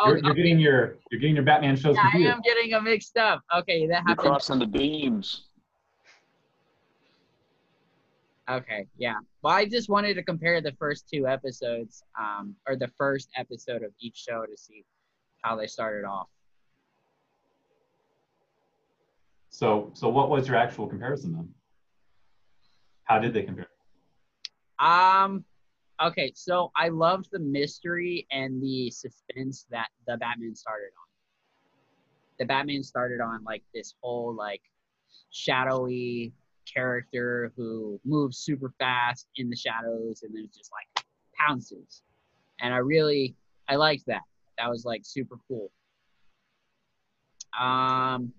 oh,
You're, you're getting your you're getting your Batman shows
yeah, I
confused.
am getting them mixed up. Okay, that
You're
happened.
crossing the beams.
Okay, yeah. Well, I just wanted to compare the first two episodes, um, or the first episode of each show to see how they started off.
So so what was your actual comparison then? How did they compare?
Um, okay, so I loved the mystery and the suspense that the Batman started on. The Batman started on like this whole like shadowy character who moves super fast in the shadows and then just like pounces. And I really I liked that. That was like super cool. Um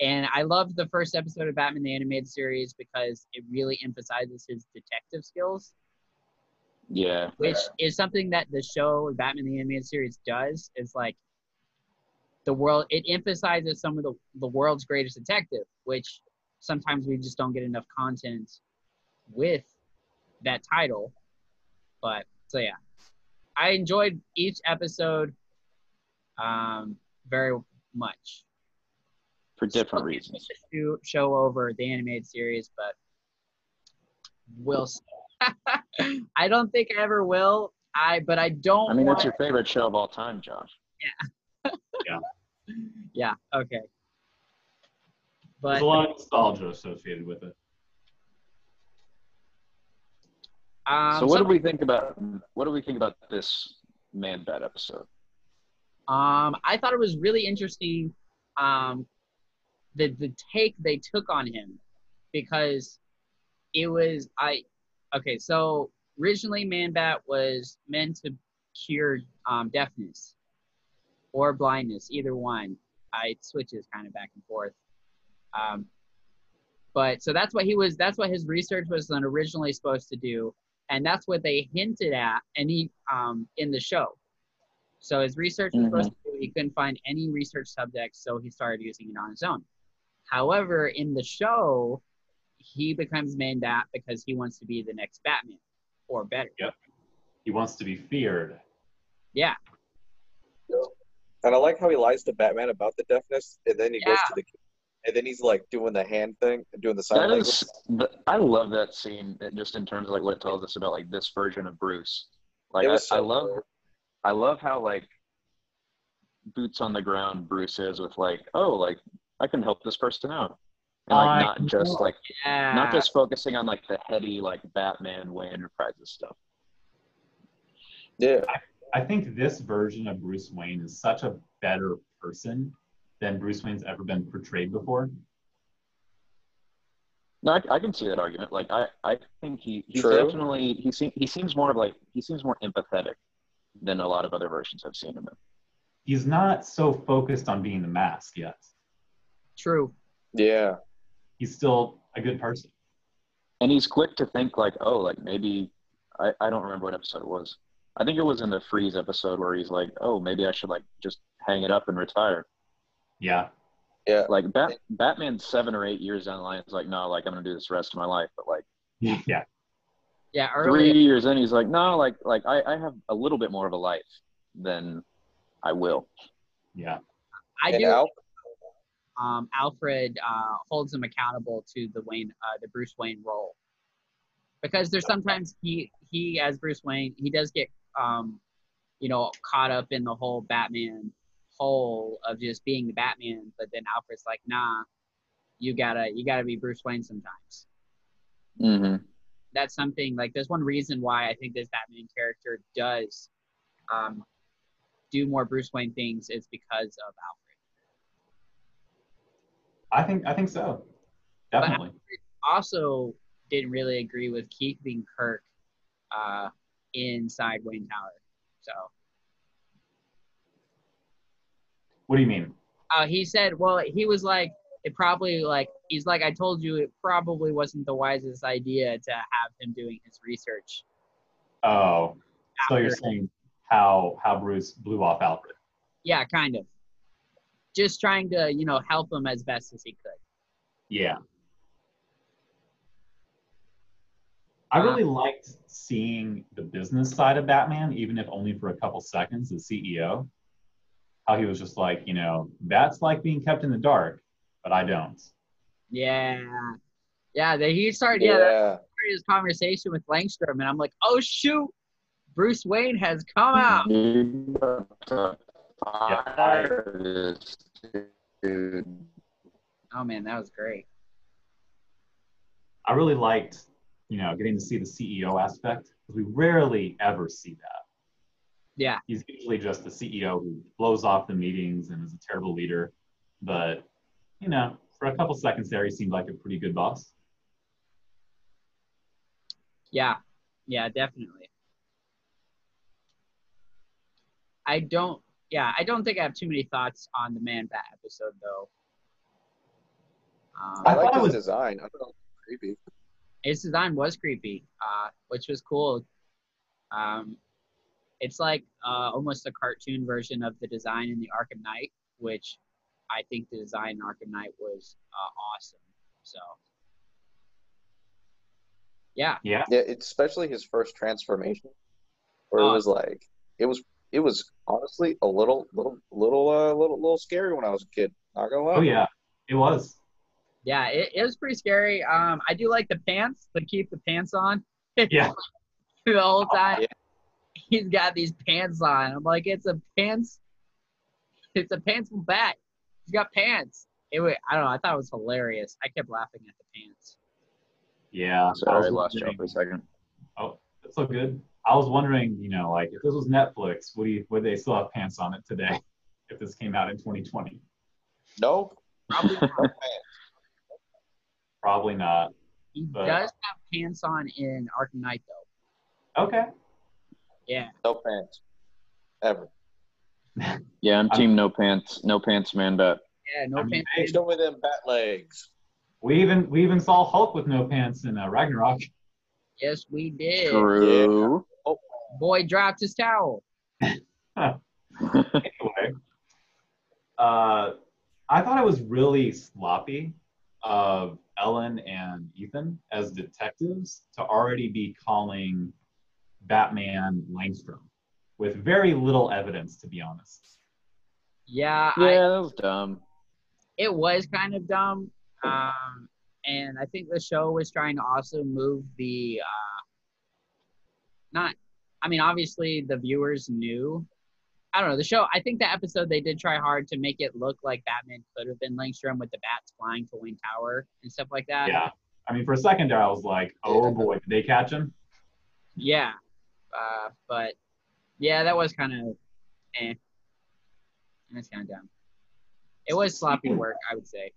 and I loved the first episode of Batman the Animated Series because it really emphasizes his detective skills
Yeah.
which is something that the show Batman the Animated Series does. Is like the world. It emphasizes some of the the world's greatest detective, which sometimes we just don't get enough content with that title. But so yeah, I enjoyed each episode um, very much.
For different
Still
reasons.
can't Show, show over the animated series, but we'll see. I don't think I ever will. I but I don't.
I mean,
want,
that's your favorite show of all time, Josh.
yeah. Okay.
There's
But
a lot of nostalgia associated with it.
um,
so, what
so-
do we think about what do we think about this man bat episode?
Um, I thought it was really interesting um, the the take they took on him because it was I okay so originally Man Bat was meant to cure um, deafness or blindness either one I, it switches kind of back and forth um, but so that's what he was that's what his research was originally supposed to do and that's what they hinted at and he um, in the show so his research was
Mhm.
supposed to do, he couldn't find any research subjects, so he started using it on his own. However, in the show, he becomes Man Bat because he wants to be the next Batman or better.
He wants to be feared.
Yeah.
And I like how he lies to Batman about the deafness, and then he goes to the, and then he's like doing the hand thing, doing the sign
That
language.
is, th- I love that scene uh, just in terms of like what it tells us about like this version of Bruce. Like
It
I,
was so
I love,
cool.
I love how like boots on the ground Bruce is with like, oh, like I can help this person out, and like
I
not just
know.
like
Yeah.
not just focusing on like the heady like Batman way Enterprises stuff.
Yeah,
I think this version of Bruce Wayne is such a better person than Bruce Wayne's ever been portrayed before.
No, I, I can see that argument. Like I, I think he he's
True.
definitely he seems he seems more of like he seems more empathetic than a lot of other versions I've seen of him.
He's not so focused on being the mask yet.
True.
yeah.
He's still a good person.
and he's quick to think like oh like maybe I, I don't remember what episode it was i think it was in the freeze episode where he's like oh maybe i should like just hang it up and retire
Yeah.
like Bat- batman's seven or eight years down the line is like no like i'm gonna do this the rest of my life but like
Yeah.
Yeah.
three
Early.
years in he's like no like like I, I have a little bit more of a life than i will
Yeah.
I
and
do.
Al,
um, Alfred uh, holds him accountable to the Wayne, uh, the Bruce Wayne role, because there's sometimes he he as Bruce Wayne he does get um, you know caught up in the whole Batman hole of just being the Batman, but then Alfred's like, nah, you gotta you gotta be Bruce Wayne sometimes.
mm-hmm.
That's something like there's one reason why I think this Batman character does um, do more Bruce Wayne things is because of Alfred.
I think I think so.
But
Definitely.
also didn't really agree with keeping Kirk uh, inside Wayne Tower. So
What do you mean?
uh, he said, well, he was like, it probably like he's like, I told you, it probably wasn't the wisest idea to have him doing his research.
Oh. So
after."
you're saying how how Bruce blew off Alfred.
yeah, kind of. Just trying to you know help him as best as he could.
Yeah. I really liked seeing the business side of Batman, even if only for a couple seconds, the CEO. How he was just like, you know, that's like being kept in the dark, but I don't.
Yeah, yeah. That he started. Yeah, that
yeah,
started his conversation with Langstrom, and I'm like, oh shoot, Bruce Wayne has come out.
You got to fire this dude.
Oh man, that was great.
I really liked, you know, getting to see the CEO aspect because we rarely ever see that.
Yeah.
He's usually just the CEO who blows off the meetings and is a terrible leader, but you know, for a couple seconds there, he seemed like a pretty good boss.
Yeah, yeah, definitely. I don't. Yeah, I don't think I have too many thoughts on the Man Bat episode though. Um,
I
I
thought
like
it
his
was-
design. I don't know, creepy.
his design was creepy, uh, which was cool. Um, it's like uh, almost a cartoon version of the design in the Arkham Knight, which I think the design in Arkham Knight was uh, awesome. So, yeah,
Yeah.
Yeah, it's especially his first transformation, where
Oh.
it was like it was it was honestly a little little little uh, little little scary when I was a kid. Not gonna lie.
Oh yeah, it was.
yeah, it, it was pretty scary. Um, I do like the pants, but keep the pants on.
Yeah. Oh,
the whole time.
yeah.
He's got these pants on. I'm like, it's a pants. It's a pantsful bat. He's got pants. It was, I don't know. I thought it was hilarious. I kept laughing at the pants.
Yeah.
Sorry, I
was
lost you
wondering-
for a second.
That's so good. I was wondering, you know, like if this was Netflix, would you would they still have pants on it today? If this came out in 2020,
No.
Probably
probably not.
he
But-
does have pants on in Arkham Knight though.
Okay.
Yeah.
No pants. Ever.
Yeah, I'm
I'm-
team no pants, no pants man bat.
Yeah. No
I mean,
pants.
hey,
Show me them bat legs.
We even we even saw Hulk with no pants in uh, Ragnarok.
Yes, we did.
True.
Boy dropped his towel.
anyway, uh, I thought it was really sloppy of Ellen and Ethan as detectives to already be calling Batman Langstrom with very little evidence, to be honest.
Yeah. I,
Yeah, that was dumb.
it was kind of dumb. Um, and I think the show was trying to also move the uh, not. I mean, obviously the viewers knew. I don't know the show. I think the episode they did try hard to make it look like Batman could have been Langstrom with the bats flying to Wayne Tower and stuff like that.
Yeah. I mean, for a second there, I was like, oh boy, did they catch him?
Yeah. Uh, but yeah, that was kind of eh. That's kind of dumb. It was sloppy work, I would say.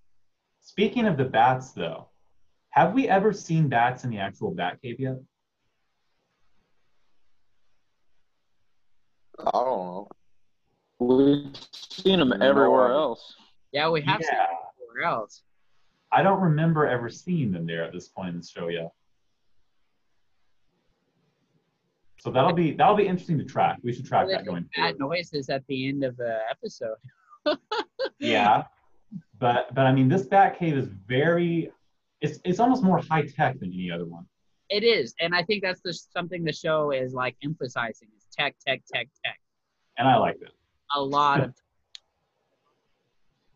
Speaking of the bats, though, have we ever seen bats in the actual Batcave yet?
I don't know.
We've seen them
No.
everywhere else.
Yeah, we have seen
Yeah.
it everywhere else.
I don't remember ever seeing them there at this point in the show yet. So that'll be that'll be interesting to track. We should track
Well,
that going
That
forward.
noise is at the end of the episode.
Yeah, but but I mean this bat cave is very, it's it's almost more high tech than any other one.
It is, and I think that's the, something the show is like emphasizing is tech, tech, tech, tech.
And I like that.
A lot of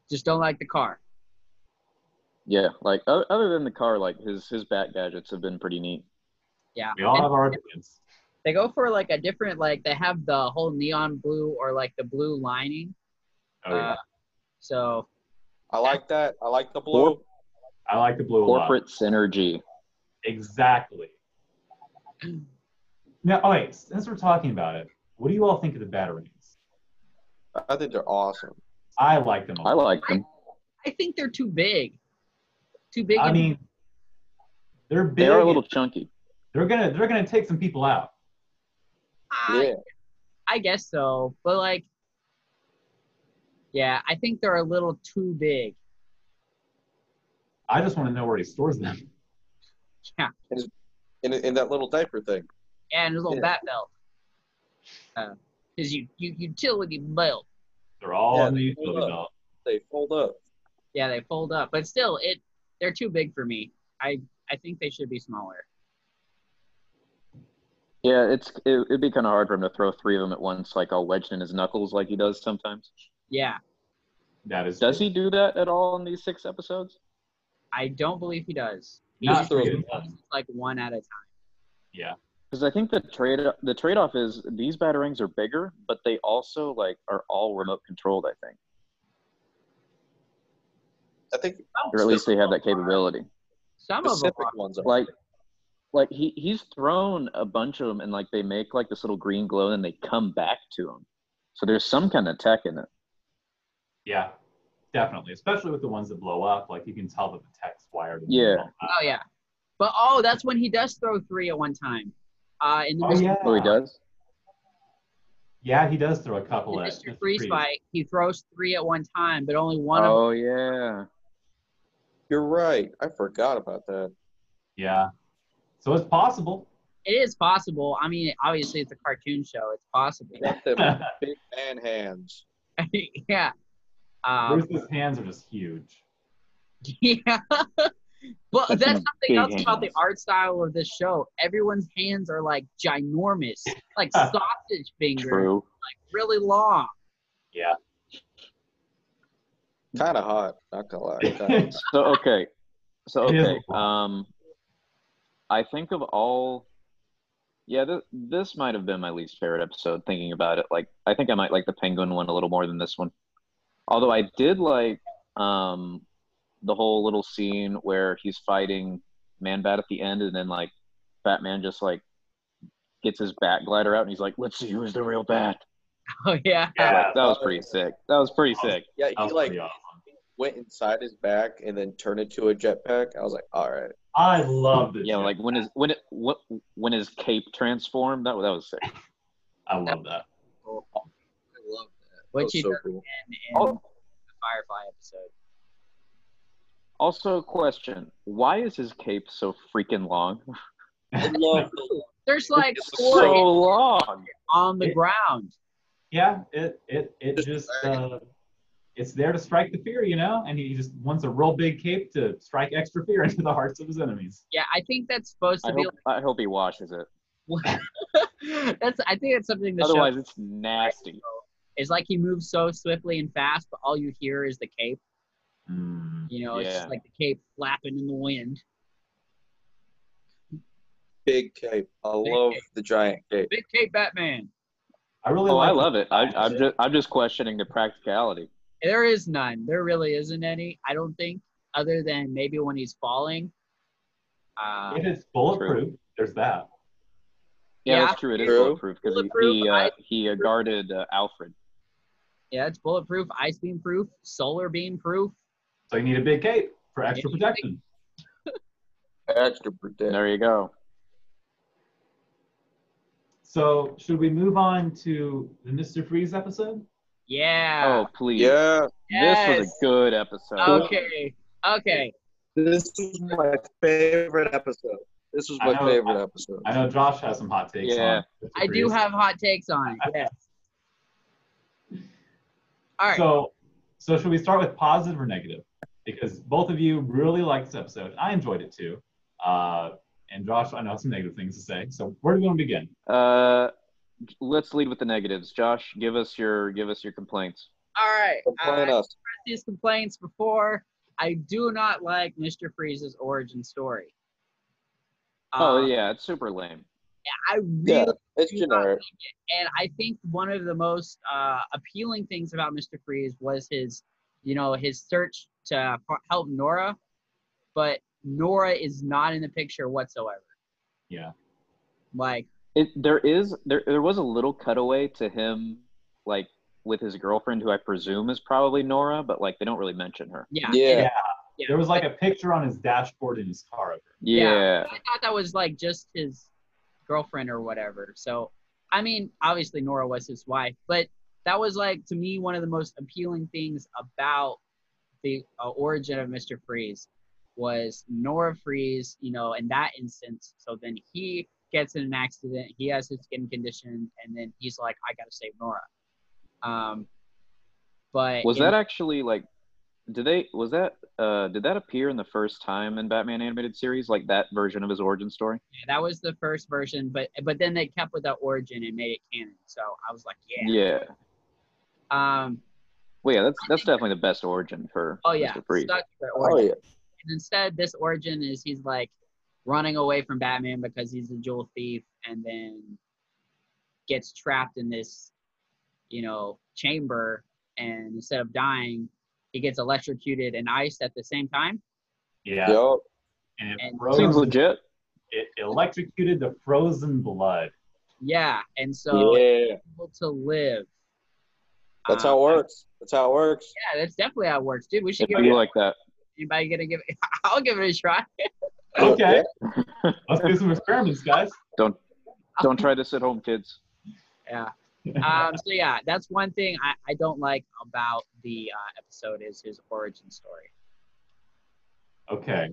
just don't like the car.
Yeah, like o- other than the car, like his his bat gadgets have been pretty neat.
Yeah,
We all
And
have our opinions.
they go for like a different like they have the whole neon blue or like the blue lining.
Oh yeah,
Uh, so
I like that. I like the blue.
I like the blue a lot.
Corporate synergy.
Exactly. Now, oh wait, since we're talking about it, what do you all think of the batterings?
I think they're awesome.
I like them. a
I
lot.
like them.
I think they're too big, too big.
I
and-
mean, they're big.
They are a little chunky.
They're gonna they're gonna take some people out.
I-
Yeah.
I guess so, but like, yeah, I think they're a little too big.
I just want to know where he stores them.
In, in that little diaper thing.
and his little
Yeah.
bat belt. Uh, his u- u- utility belt.
They're all
Yeah,
in the
they
utility
uh,
fold up.
belt.
They fold up.
Yeah, they fold up, but still, it they're too big for me. I I think they should be smaller.
Yeah, it's it, it'd be kind of hard for him to throw three of them at once, like all wedged in his knuckles, like he does sometimes.
Yeah,
That is.
Does he do that at all in these six episodes?
I don't believe he does. He
Not
just
throws
good.
does, like one at a time.
Because I think the trade the trade off is these batarangs are bigger, but they also like are all remote controlled. I think,
I think
Oh,
or at least they have that capability.
Some of them
specific
are.
ones are.
Like, like he he's thrown a bunch of them, and like they make like this little green glow, and they come back to him. So there's some kind of tech in it.
Yeah, definitely. Especially with the ones that blow up, like you can tell that the tech's wired. in
Yeah.
and all that.
Oh yeah, But oh, that's when he does throw three at one time. Uh, in the
Oh
Mr.
yeah.
Oh, he does.
Yeah, he does throw a couple
in
at
Mr. Freeze fight, he throws three at one time, but only one of
Oh yeah.
You're right. I forgot about that.
Yeah. So it's possible.
it is possible. I mean, obviously it's a cartoon show. It's possible.
Got them big man hands.
yeah. Um,
Bruce's hands are just huge.
yeah. But that's
That's some
something
big
else about the
hands.
art style of this show. Everyone's hands are like ginormous, like sausage fingers,
Uh, True.
really long.
Kind of hot. Not gonna lie. Kinda.
That's
So okay. So
It is
okay.
a lot.
Um, I think of all. Yeah, th- this might have been my least favorite episode. Thinking about it, like I think I might like the penguin one a little more than this one. Although I did like um, the whole little scene where he's fighting Man Bat at the end, and then like Batman just like gets his bat glider out, and he's like, "Let's see who's the real Bat."
Oh yeah.
Yeah.
That was pretty sick. That was pretty sick.
Yeah, he like
pretty awesome.
went inside his back and then turned into a jetpack. I was like, all right.
I love this.
Yeah,
show.
like when his when it what when his cape transformed. That that was sick.
I love that.
I love that.
Oh,
What
was
you
so
done
cool.
in, in
Oh,
the Firefly episode.
Also, a question: Why is his cape so freaking long?
I love the
There's like
It's
four
so long.
on the
It-
ground.
Yeah, it it it just uh, it's there to strike the fear, you know. And he just wants a real big cape to strike extra fear into the hearts of his enemies.
Yeah, I think that's supposed
I
to be.
hope, I hope he washes it.
Like, that's I think that's something the show
Otherwise, it's nasty.
It's like he moves so swiftly and fast, but all you hear is the cape.
Mm.
You know, it's just
Yeah.
like the cape flapping in the wind.
big cape. I love the giant cape.
Big cape Batman.
I really
Oh,
like
I love it. I, I'm just I'm just questioning the practicality.
There is none. There really isn't any. I don't think, other than maybe when he's falling. Uh,
If it's bulletproof, there's that.
Yeah,
Yeah.
that's true. It is
True.
bulletproof because he
Bulletproof,
he, uh,
I-
he uh, guarded uh, Alfred.
yeah, it's bulletproof, ice beam proof, solar beam proof.
So you need a big cape for extra
Yeah.
protection.
Extra protect.
There you go.
So should we move on to the Mr. Freeze episode?
Yeah.
Oh please!
Yeah,
This was
Yes.
a good episode.
Okay. Okay.
this is my favorite episode. This was
I
my
know-
favorite episode.
I know Josh has some hot takes.
Yeah.
on Mr.
I do
Freeze.
have hot takes on it. Yes. All right.
So, so should we start with positive or negative? Because both of you really liked this episode. I enjoyed it too. Uh, and Josh, I know has some negative things to say. So where do we want to begin?
Uh, let's lead with the negatives. Josh, give us your give us your complaints.
All right.
Complain
I-
us.
these complaints before. I do not like Mr. Freeze's origin story.
oh
Uh,
yeah, it's super lame.
I really
Yeah, it's
do not
generic.
and I think one of the most uh, appealing things about Mr. Freeze was his, you know, his search to f- help Nora, but Nora is not in the picture whatsoever.
Yeah.
Like,
It, there is there there was a little cutaway to him like with his girlfriend who I presume is probably Nora, but like they don't really mention her.
yeah,
Yeah.
Yeah.
Yeah.
There was like a picture on his dashboard in his car. over it.
Yeah.
I thought that was like just his girlfriend or whatever. So, I mean, obviously Nora was his wife, but that was like to me one of the most appealing things about the uh, origin of Mr. Freeze was Nora Freeze, you know, in that instance. So then he gets in an accident, he has his skin condition, and then he's like, I gotta save Nora. Um, but
Was
in-
that actually like did they was that uh did that appear in the first time in Batman animated series like that version of his origin story?
Yeah, that was the first version, but but then they kept with that origin and made it canon. So I was like, yeah. Um,
Well, yeah, that's that's definitely the best origin for
oh yeah,
Mr. Freeze.
stuck to their
Oh
origin.
yeah.
And instead, this origin is he's like running away from Batman because he's a jewel thief, and then gets trapped in this, you know, chamber. And instead of dying, he gets electrocuted and iced at the same time.
Yeah.
Yup.
And it
And-
froze.
Seems legit.
It electrocuted the frozen blood.
Yeah, and so
Yeah.
able to live.
That's
Um,
how it works. That's how it works.
Yeah, that's definitely how it works, dude. We should
If
give
you
it.
like that.
Anybody gonna give it? I'll give it a try.
Okay, let's do some experiments, guys.
Don't try this at home, kids.
Yeah. Um, so yeah, that's one thing I, I don't like about the uh, episode is his origin story.
Okay,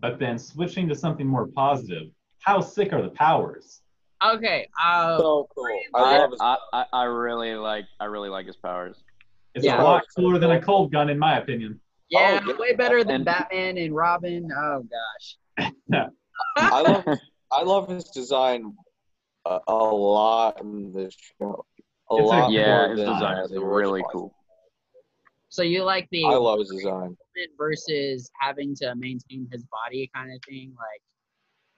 but then switching to something more positive. How sick are the powers?
Okay. Uh,
So cool. I
I,
love his,
I, I, I really like I really like his powers.
It's
Yeah.
a lot cooler than a cold gun, in my opinion.
yeah,
yeah.
way better than
And-
Batman and Robin. Oh gosh.
I love I love his design a, a lot in this show. A
It's a-
lot.
Yeah,
more
his
than
design is
the
really
original.
cool.
So you like the
I love his design.
movement versus having to maintain his body kind of thing? Like,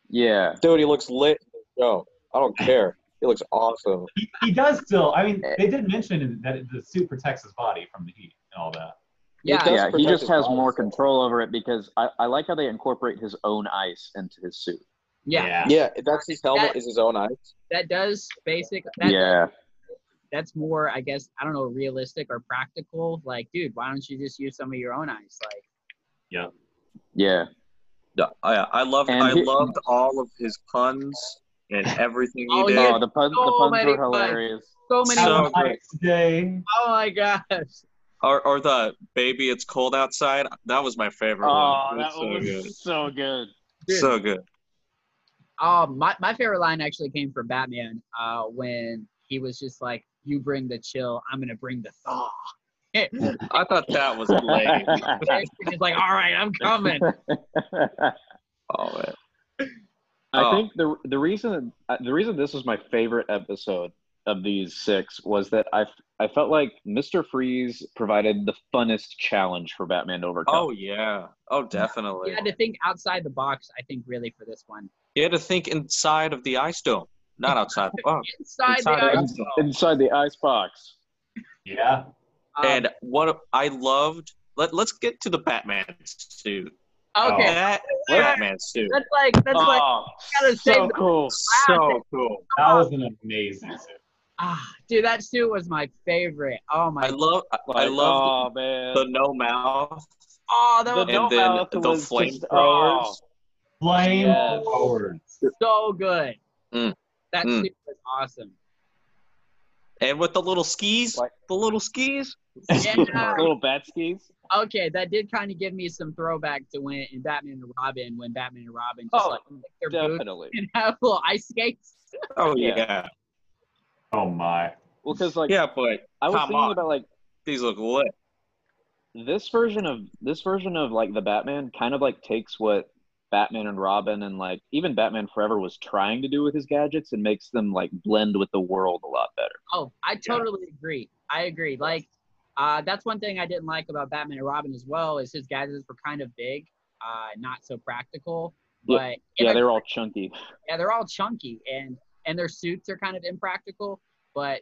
Yeah,
Dude, he looks lit in the show. I don't care. He looks awesome.
He, he does still. I mean, they did mention that the suit protects his body from the heat and all that.
He
yeah,
does
yeah. He
protect
just
his
has
body,
more
so-
control over it because I, I like how they incorporate his own ice into his suit.
yeah,
Yeah, that's his helmet
That-
is his own eyes.
that does basic. That,
yeah,
that's more, I guess, I don't know, realistic or practical. Like, dude, why don't you just use some of your own eyes? Like,
yeah.
yeah, I, I love.
And
I
he-
loved all of his puns and everything he
Oh,
did.
yeah.
Oh, the puns
So
the puns
many
were
puns.
hilarious.
so many.
So-
Have a nice day.
oh my gosh.
Or, or the baby, it's cold outside. That was my favorite
Oh,
one.
that
That's so
one
good.
was so good.
Dude.
So good.
Um, my, my favorite line actually came from Batman uh, when he was just like, You bring the chill, I'm going to bring the thaw.
I thought that was lame.
He's like, All right, I'm coming.
Oh, man.
I
Oh.
think the the reason uh, the reason this was my favorite episode of these six was that I I felt like Mister Freeze provided the funnest challenge for Batman to overcome.
oh yeah. Oh, definitely.
You had to think outside the box, I think, really, for this one.
You had to think inside of the ice dome, not outside the box.
Inside,
Inside
the
out.
ice
In- inside the ice box.
Yeah.
Um,
And what I loved. Let, let's get to the Batman suit.
okay,
That
Yeah.
Batman suit.
that's like that's like
oh,
gotta save
so
the-
cool.
So cool.
That was an amazing suit.
ah, dude, that suit was my favorite. Oh my,
I love. I, I
Like,
love
oh, man.
the no mouth
oh, that was
and
no
then
mouth
the
was just- oh.
flamethrowers.
Flame
Yes.
forwards.
so good.
Mm.
That
Mm.
suit was awesome.
And with the little skis,
Like-
the little skis.
Yeah.
little bat skis.
uh, okay, that did kind of give me some throwback to when in Batman and Robin, when Batman and Robin just
Oh,
like lick their boots
Definitely.
and have little ice skates.
Oh
Yeah.
yeah,
Oh my.
Well, because like
yeah, but
I was
come
thinking
on.
about like
these look lit.
this version of this version of like the Batman kind of like takes what Batman and Robin and like even Batman Forever was trying to do with his gadgets and makes them like blend with the world a lot better.
Oh, I totally agree. I agree. Like, uh, that's one thing I didn't like about Batman and Robin as well is his gadgets were kind of big, uh, not so practical.
Yeah.
But
Yeah, they're all chunky.
yeah, they're all chunky and and their suits are kind of impractical. But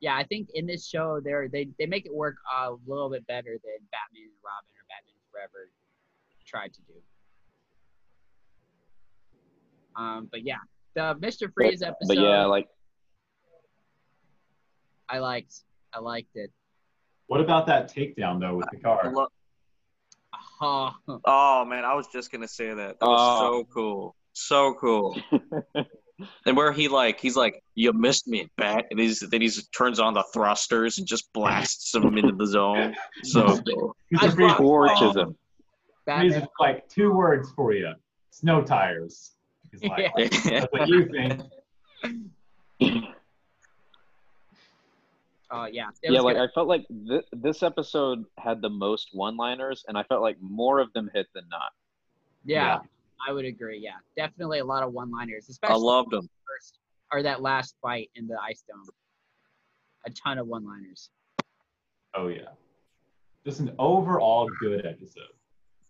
yeah, I think in this show they're they they make it work a little bit better than Batman and Robin or Batman Forever tried to do. Um, but yeah, the Mister Freeze episode
But yeah, like
I liked. I liked it.
What about that takedown though with the car?
Lo-
Oh,
Oh man, I was just gonna say that. That
Oh.
was so cool. So cool. and where he like he's like, You missed me, Bat and he's then he turns on the thrusters and just blasts him into the zone. So cool.
I
Mr. Freeze,
love-
torches him.
Freeze is
Batman.
like two words for you. Snow tires. He's like,
Yeah.
that's what you think.
Oh yeah. It
Yeah,
was
like uh,
good.
I felt like th- this episode had the most one-liners, and I felt like more of them hit than not.
yeah, I would agree. Yeah, definitely a lot of one-liners,
I
especially
loved him.
first or that last fight in the ice dome. A ton of one-liners.
Oh yeah. Just an overall good episode.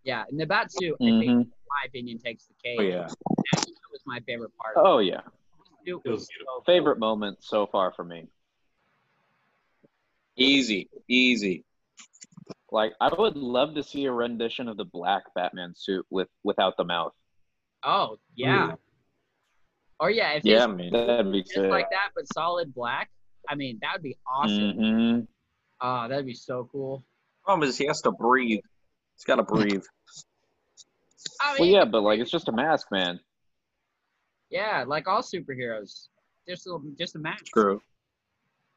Yeah, and the Batsuit, I think, in
Mm-hmm.
Mhm.
my opinion, takes the cake.
Oh yeah.
That was my favorite part.
Oh yeah,
It
It was
was so
favorite moment so far for me.
Easy. Easy.
Like I would love to see a rendition of the black Batman suit with without the mouth.
Oh yeah.
Ooh.
Or yeah, if
Yeah,
yeah,
man.
That'd be
it's
sick.
like that but solid black, I mean that would be awesome.
Mhm.
Oh, that'd be so cool.
problem is he has to breathe. He's gotta breathe.
I
Well,
mean,
yeah, but like it's just a mask, man.
yeah, like all superheroes, just a just a mask.
True.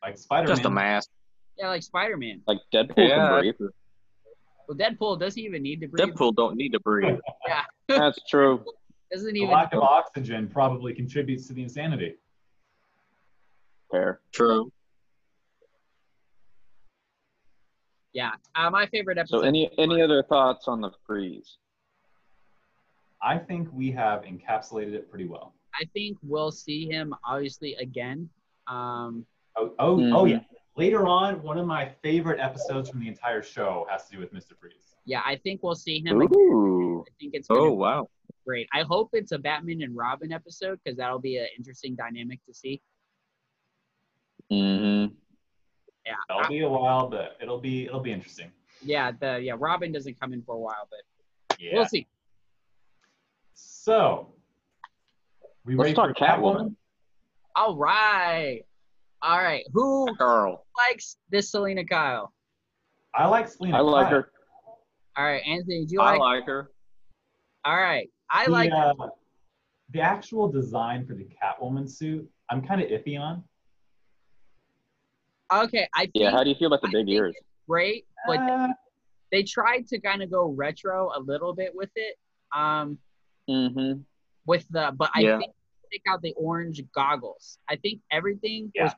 Like Spider-Man.
Just a mask.
Yeah, like Spider-Man.
Like Deadpool can
Yeah.
breathe.
Well, Deadpool doesn't even need to breathe.
Deadpool don't need to breathe.
That's true.
Doesn't
The
even.
lack of oxygen probably contributes to the insanity.
Fair.
True.
Yeah. Uh, my favorite
So
episode.
any any other thoughts on the freeze?
I think we have encapsulated it pretty well.
I think we'll see him obviously again. Um,
Oh, oh,
Mhm.
oh yeah. Later on, one of my favorite episodes from the entire show has to do with Mr. Freeze.
yeah, I think we'll see him. Again.
Ooh.
I think it's gonna
Oh
be
wow.
great. I hope it's a Batman and Robin episode because that'll be an interesting dynamic to see.
hmm
Yeah.
That'll be a while, but it'll be it'll be interesting.
Yeah. The yeah Robin doesn't come in for a while, but
Yeah.
we'll see.
So we
Let's
ready
talk
for
Catwoman.
All right. All right. Who
Carl.
likes this Selena Kyle?
I like Selena.
I like
Kyle.
her.
All right, Anthony, do you
I
like?
like her.
All right. I like.
the, uh, the actual design for the Catwoman suit. I'm kind of iffy on.
okay. I think
Yeah. How do you feel about the
I
big
think
ears?
great, but
Uh,
they tried to kind of go retro a little bit with it. Um,
Mm-hmm.
with the but I
Yeah.
think take out the orange goggles. I think everything was.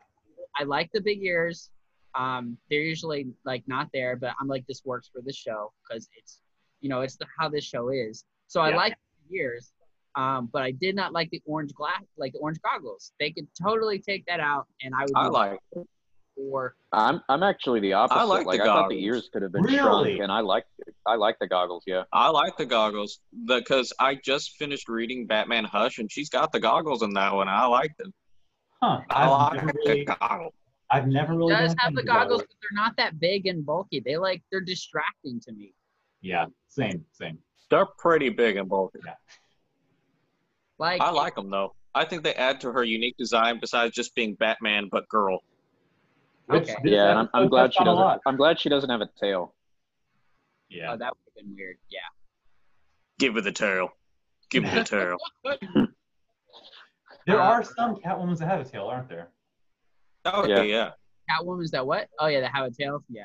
I like the big ears. Um, they're usually like not there, but I'm like this works for the show because it's, you know, it's the, how this show is. So I
Yeah.
like the ears, um, but I did not like the orange glass, like the orange goggles. They could totally take that out, and I would.
I
be
like.
for
I'm I'm actually the opposite.
I like the
I thought the
goggles.
ears could have been
Really?
shrunk, and I like I like the goggles. Yeah.
I like the goggles because I just finished reading Batman Hush and she's got the goggles in that one. I like them.
Huh.
I
I've
like
never
the
really,
goggles.
I've never really
does
been a
have
fan
the
of
goggles, but they're not that big and bulky. They like they're distracting to me.
Yeah, same, same.
They're pretty big and bulky.
Like
I like them though. I think they add to her unique design besides just being Batman but girl.
Which
Okay.
this
yeah, and I'm, I'm
episode
glad
touched
she
on a
doesn't.
lot.
I'm glad she doesn't have a tail.
Yeah.
Oh, that would have been weird. Yeah.
Give her the tail. Give her the tail.
There
Uh,
are some Catwomen that have a tail, aren't there?
Oh
Yeah.
yeah. yeah.
Catwoman's that what? Oh yeah, that have a tail. Yeah,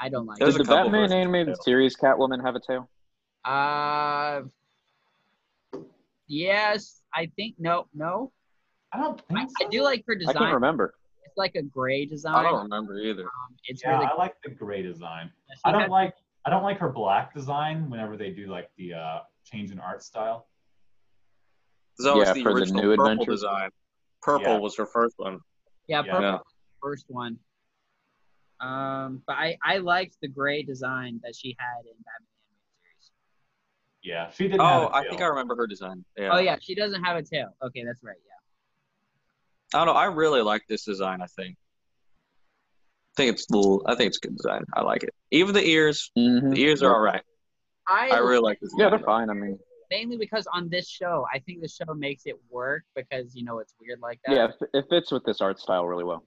I don't like.
There's
It.
Does
a
the
couple
Batman
versions of
animated
tail.
series Catwoman have a tail?
Uh, yes, I think no, no.
I don't think
I,
so.
I do like her
I can't
design.
remember.
It's like a gray
I
design. Um,
don't remember either.
It's
Yeah,
really.
I like the gray design.
she
I
had-
don't like I don't like her black design whenever they do like the uh, change in art style.
There's always
Yeah,
the
for the
original
new
purple
adventures.
design. Purple
Yeah.
was her first one.
yeah,
yeah.
purple
Yeah.
first one. Um, but I I liked the gray design that she had in Batman
Yeah, she didn't have a
Oh,
tail.
I think I remember her design. Yeah.
animated series. Oh yeah, she doesn't have a tail. Okay, that's right. Yeah.
I don't know. I really like this design. I think. I think it's l- I think it's a good design. I like it. Even the ears.
Mm-hmm.
The ears are all right.
I,
I really like this.
Yeah, they're
design.
fine. I mean,
mainly because on this show, I think the show makes it work because you know it's weird like that.
yeah, it- it fits with this art style really well.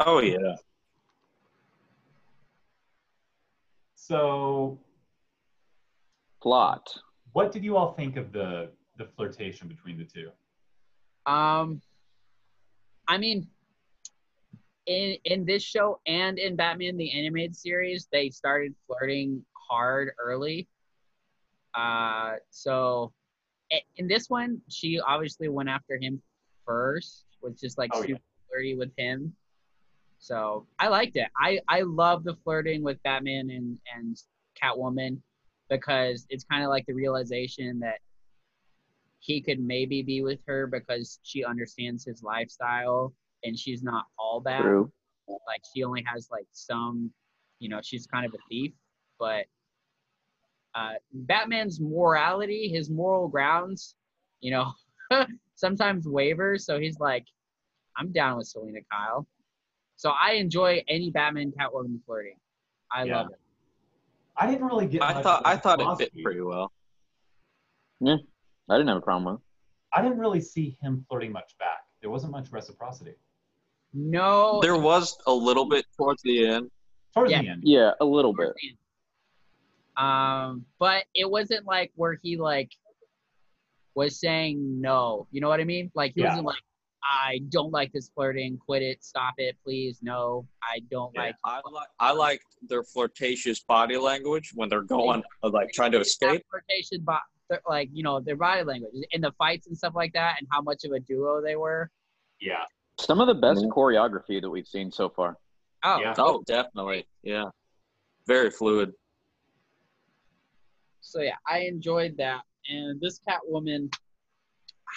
Oh yeah.
So,
Plot.
what did you all think of the the flirtation between the two?
Um, I mean, in in this show and in Batman the animated series, they started flirting hard early. Uh, so i- in this one, she obviously went after him first, was just like
Oh, yeah.
super flirty with him. So I liked it. I I love the flirting with Batman and and Catwoman because it's kind of like the realization that he could maybe be with her because she understands his lifestyle and she's not all bad.
True.
Like she only has like some, you know, she's kind of a thief, but uh, Batman's morality, his moral grounds, you know, sometimes waver. So he's like, I'm down with Selena Kyle. So I enjoy any Batman Catwoman flirting. I
Yeah.
love it.
I didn't really get.
I
much
thought
of
I
the
thought it
philosophy.
fit pretty well.
I didn't have a problem with. it.
I didn't really see him flirting much back. There wasn't much reciprocity
No,
There was a little bit towards the end.
towards
Yeah.
the end.
Yeah, a little bit.
Um, but it wasn't like where he like was saying no. You know what I mean? Like he
Yeah.
wasn't like, I don't like this flirting. Quit it. Stop it, please. No, I don't like.
I like I like their flirtatious body language when they're going uh, like trying to escape.
flirtation, but like you know their body language in the fights and stuff like that, and how much of a duo they were.
Yeah.
Some of the best
Mhm.
choreography that we've seen so far.
Oh,
Yeah.
Oh, definitely. Yeah. Very fluid.
so yeah, I enjoyed that. And this Catwoman,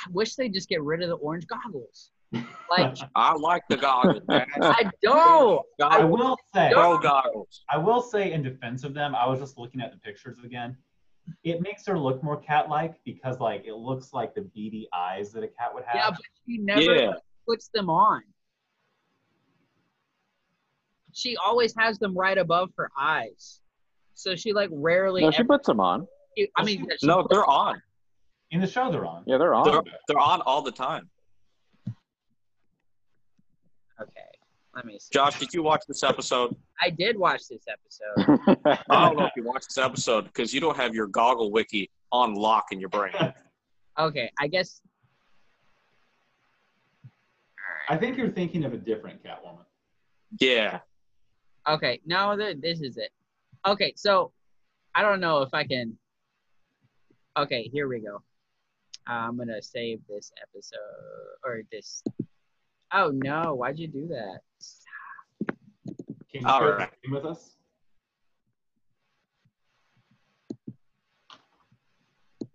I wish they would just get rid of the orange goggles. Like
I like the goggles, man.
I don't.
I
Goggles,
will say.
pro goggles.
I will say in defense of them, I was just looking at the pictures again. It makes her look more cat-like because like it looks like the beady eyes that a cat would have.
Yeah, but she never
Yeah.
puts them on. She always has them right above her eyes, so she like rarely.
No, she
ever,
puts them on.
I mean, yeah, she
No,
puts-
they're on.
in the show they're on.
Yeah, they're on.
They're, they're on all the time.
okay. Let me see.
Josh, did you watch this episode?
I did watch this episode.
I don't know if you watched this episode because you don't have your goggle wiki on lock in your brain.
Okay, I guess
I think you're thinking of a different Catwoman.
Yeah.
Okay, no, th- this is it. Okay, so I don't know if I can. Okay, here we go. Uh, I'm gonna save this episode or this. Oh no! Why'd you do that?
Can you
All
share
right.
the screen with us?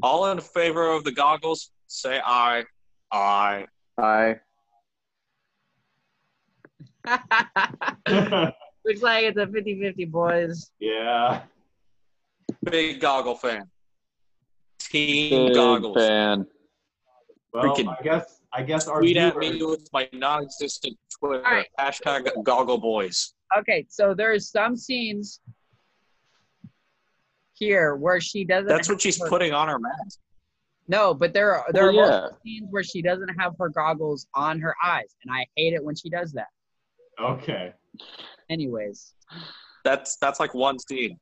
All in favor of the goggles, say aye. Aye.
I
Looks like it's a 50-50, boys.
yeah.
Big goggle fan. Team
big
goggles.
fan.
Well,
Freaking-
I guess I guess our
Tweet at
viewers-
me with my non-existent Twitter
All right.
hashtag Goggle Boys.
Okay, so there's some scenes here where she doesn't.
That's
have
what Oh, she's
her-
putting on her mask.
No, but there are there
Well,
are
yeah.
multiple scenes where she doesn't have her goggles on her eyes, and I hate it when she does that.
Okay.
Anyways,
That's that's like one scene.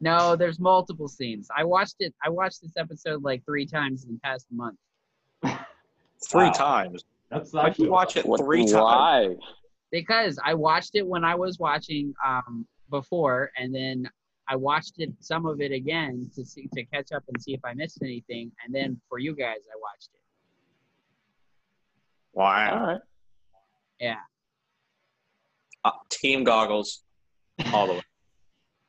no, there's multiple scenes. I watched it. I watched this episode like three times in the past month.
Three
Wow.
times.
That's
I
actually
can watch it
What,
three
why?
times.
because I watched it when I was watching um, before, and then I watched it some of it again to see to catch up and see if I missed anything, and then for you guys I watched it.
All
Wow.
right.
Yeah.
Uh, team goggles. All the way.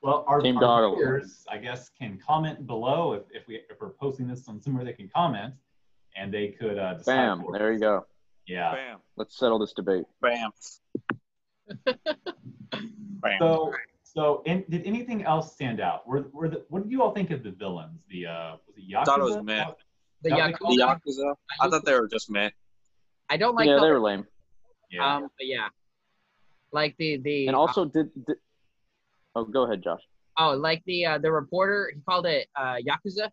Well, our,
Team
our
Goggles.
viewers, I guess, can comment below if, if we if we're posting this on somewhere they can comment, and they could uh, decide
Bam.
for
There
us.
you go.
Yeah.
Bam.
Let's settle this debate.
Bam. Bam.
So so and did anything else stand out? Were, were the, what did you all think of the villains? The uh, was it Yakuza? Oh,
thought it was meh.
The
Yeah,
Yakuza-
the Yakuza. I thought they were just meant.
I don't like
yeah,
how
they were lame.
Yeah.
um but yeah. Like the the
And also, did, did oh, go ahead, Josh.
oh like the uh, the reporter he called it uh, Yakuza,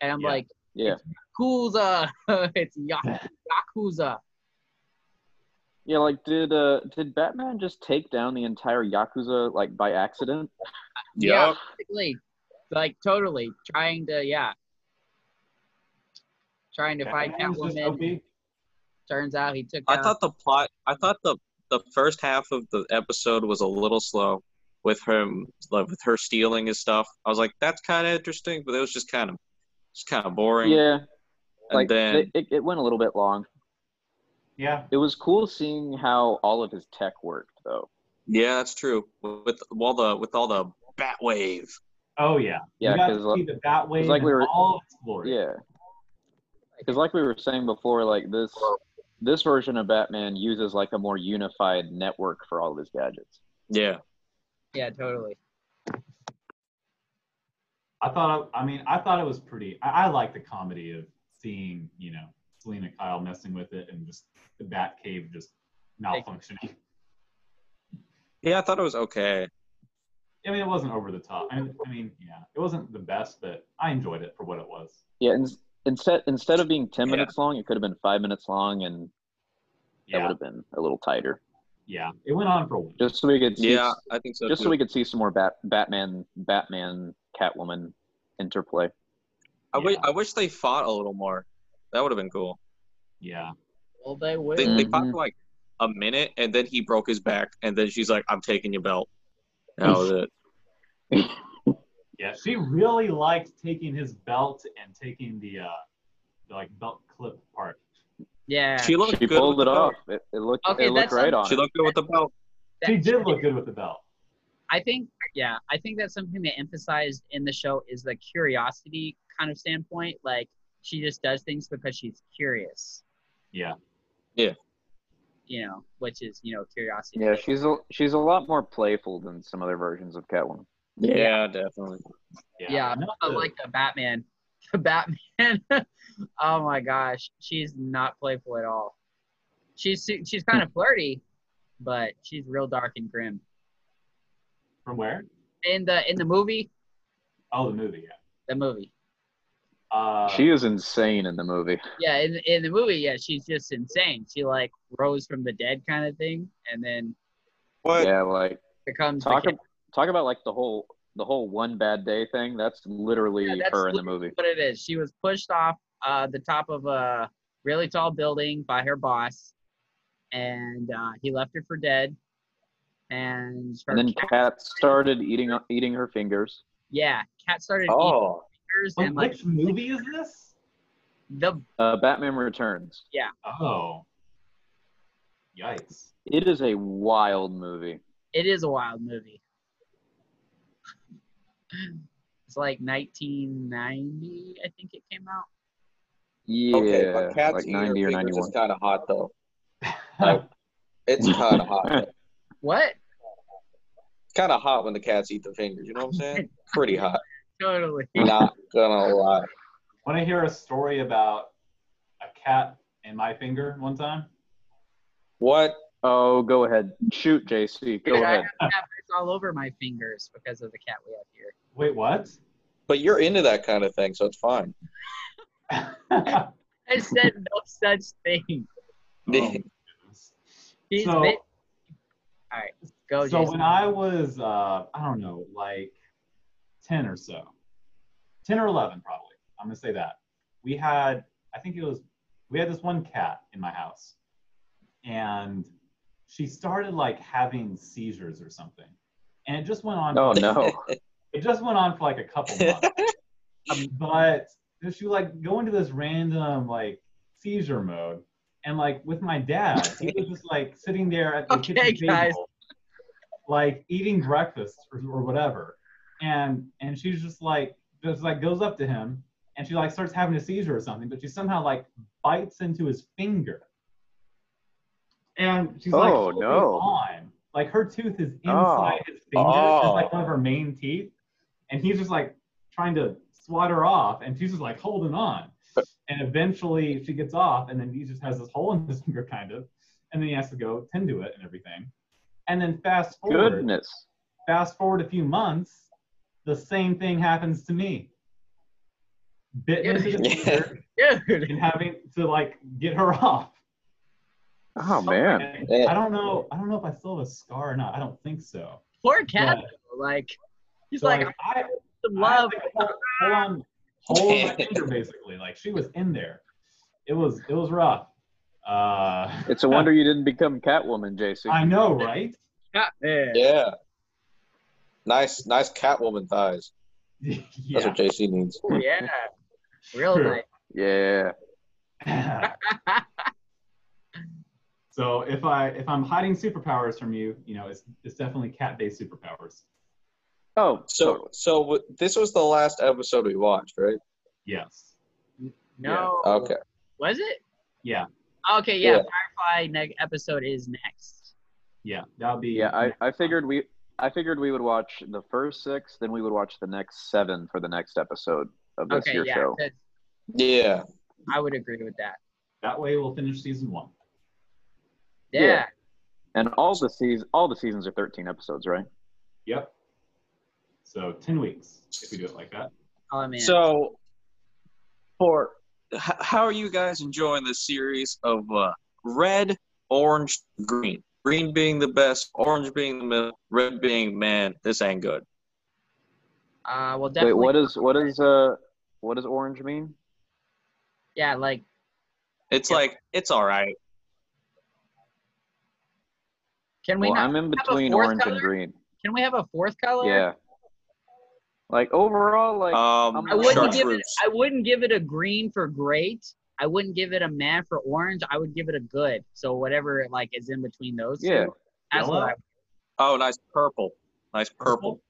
and I'm
Yeah.
like
Yeah,
Yakuza, it's Yakuza. Yakuza.
yeah. Like, did uh, did Batman just take down the entire Yakuza like by accident?
Yeah, basically, like totally trying to, yeah, trying to fight
Batman was just
Catwoman.
OP?
Turns out he took.
I
down-
thought the plot. I thought the the first half of the episode was a little slow with him, like with her stealing his stuff. I was like, that's kind of interesting, but it was just kind of, just kind of boring.
Yeah,
and
like
then
they- it, it went a little bit long.
Yeah.
It was cool seeing how all of his tech worked, though.
yeah, that's true. With all the with all the bat wave.
Oh yeah.
Yeah,
You got to
'cause, like-
see the Batwave
like we
in
were-
all of its glory.
Yeah, because like we were saying before, like this this version of Batman uses like a more unified network for all of his gadgets.
Yeah,
Yeah, totally.
I thought. I mean, I thought it was pretty. I, I like the comedy of seeing, you know, Selena Kyle messing with it and just the Bat Cave just malfunctioning.
yeah, I thought it was okay.
I mean, it wasn't over the top. I mean, I mean, yeah, it wasn't the best, but I enjoyed it for what it was.
Yeah, and instead instead of being ten
Yeah.
minutes long, it could have been five minutes long, and that
Yeah,
would have been a little tighter.
yeah, it went on for a while.
Just so we could see
Yeah, I think so.
just so
too.
we could see some more Bat- Batman Batman Catwoman interplay.
I wish
Yeah.
I wish they fought a little more. That would have been cool.
Yeah.
Well, they will.
They, they fought
Mhm.
for like a minute, and then he broke his back, and then she's like, "I'm taking your belt." That was it.
Yeah, she really liked taking his belt and taking the uh the like belt clip part.
yeah.
She looked
She
good.
pulled
with
it
the belt.
off. It, it looked
Okay,
it looked
that's
right
some-
on.
She
it.
looked good with the belt.
That-
She did look good with the belt.
I think, yeah, I think that's something they emphasized in the show is the curiosity kind of standpoint. Like she just does things because she's curious,
Yeah.
you know, which is you know curiosity.
Yeah, she's a she's a lot more playful than some other versions of Catwoman.
Yeah, definitely.
Yeah.
Yeah,
no,
I like the Batman. The Batman. oh my gosh, she's not playful at all. She's su- she's kind of flirty, but she's real dark and grim.
from where?
In the in the movie,
Oh, the movie. Yeah.
the movie.
Uh,
she is insane in the movie.
Yeah, in in the movie, yeah, she's just insane. She like rose from the dead kind of thing, and then
What?
Yeah, like
becomes the
talk
kid-
ab- talk about like the whole the whole one bad day thing. That's literally
Yeah, that's
her in the movie.
what it is. She was pushed off uh, the top of a really tall building by her boss, and uh, he left her for dead. And, her
And then
cat,
Kat started eating eating her fingers.
yeah, cat started eating
Oh,
fingers
Wait,
and like
which movie is this?
the
Uh, Batman Returns.
Oh. Yikes.
It is a wild movie.
it is a wild movie. It's like 1990, I think it came out.
Yeah,
okay. but cats
like
eating her
ninety or
fingers
ninety
is
one.
kind of hot though. It's kind of hot. though.
What?
It's kind of hot when the cats eat the fingers. You know what I'm saying? Pretty hot.
Totally.
Not gonna lie.
Want to hear a story about a cat in my finger one time?
What?
oh, go ahead. Shoot, JC. Go
Dude, I
ahead.
have cat bites all over my fingers because of the cat we have here.
Wait, what?
But you're into that kind of thing, so it's fine.
I said no such thing.
Oh, goodness.
He's
So-
bit- All right, go.
so
Jason.
when I was, uh, I don't know, like 10 or so, 10 or 11 probably, I'm going to say that. We had, I think it was, we had this one cat in my house and she started like having seizures or something. And it just went on.
Oh no.
It just went on for like a couple months. Um, but then she would, like go into this random like seizure mode. And like with my dad, he was just like sitting there at the
Okay,
kitchen
guys.
table, like eating breakfast or, or whatever. And and she's just like just like goes up to him and she like starts having a seizure or something, but she somehow like bites into his finger. And she's like
Oh,
holding
no.
on. Like her tooth is
Oh.
inside his finger. It's like one of her main teeth. And he's just like trying to swat her off and she's just like holding on. And eventually she gets off and then he just has this hole in his finger kind of. And then he has to go tend to it and everything. And then fast forward
Goodness.
fast forward a few months, the same thing happens to me. Bitten into the
Yeah.
finger
dude,
and having to like get her off.
Oh man.
And
Yeah.
I don't know. I don't know if I still have a scar or not. I don't think so.
poor cat.
But-
though, Like he's
but,
like,
like, I,
some
I had
love.
to hold, hold on, hold my finger basically. Like she was in there. It was it was rough. Uh,
It's a wonder you didn't become Catwoman, JC.
I know, right?
Yeah, man.
Yeah. Nice, nice Catwoman thighs. That's
yeah.
what JC needs.
Ooh, Oh, yeah. Real
True.
nice.
Yeah.
so if I if I'm hiding superpowers from you, you know, it's it's definitely cat-based superpowers.
Oh,
So, so w- this was the last episode we watched, right?
Yes.
No.
Oh.
Okay.
Was it?
Yeah.
Okay, yeah.
Yeah.
Firefly ne- episode is next.
Yeah. That would be
Yeah, I, I figured we I figured we would watch the first six, then we would watch the next seven for the next episode of this
Okay,
year's
yeah.
show.
'cause
Yeah.
I would agree with that.
that way we'll finish season one.
Yeah.
Yeah. And all the seasons all the seasons are thirteen episodes, right?
Yep. So ten weeks if we do it like that.
Oh man.
So, for h- how are you guys enjoying the series of uh, red, orange, green? Green being the best, orange being the middle, red being man, this ain't good.
Uh, well,
Wait,
definitely.
what is what is uh what does orange mean?
Yeah, like
It's
Yeah.
like it's all right.
can we
Well,
not,
I'm in
a
between
fourth
orange and
color?
green.
can we have a fourth color?
Yeah. Like overall, like
Um,
I'm
I wouldn't give it.
chartreuse.
I wouldn't give it a green for great. I wouldn't give it a mad for orange. I would give it a good. So whatever, like, is in between those. two,
Yeah.
that's what I.
oh, nice purple. Nice purple.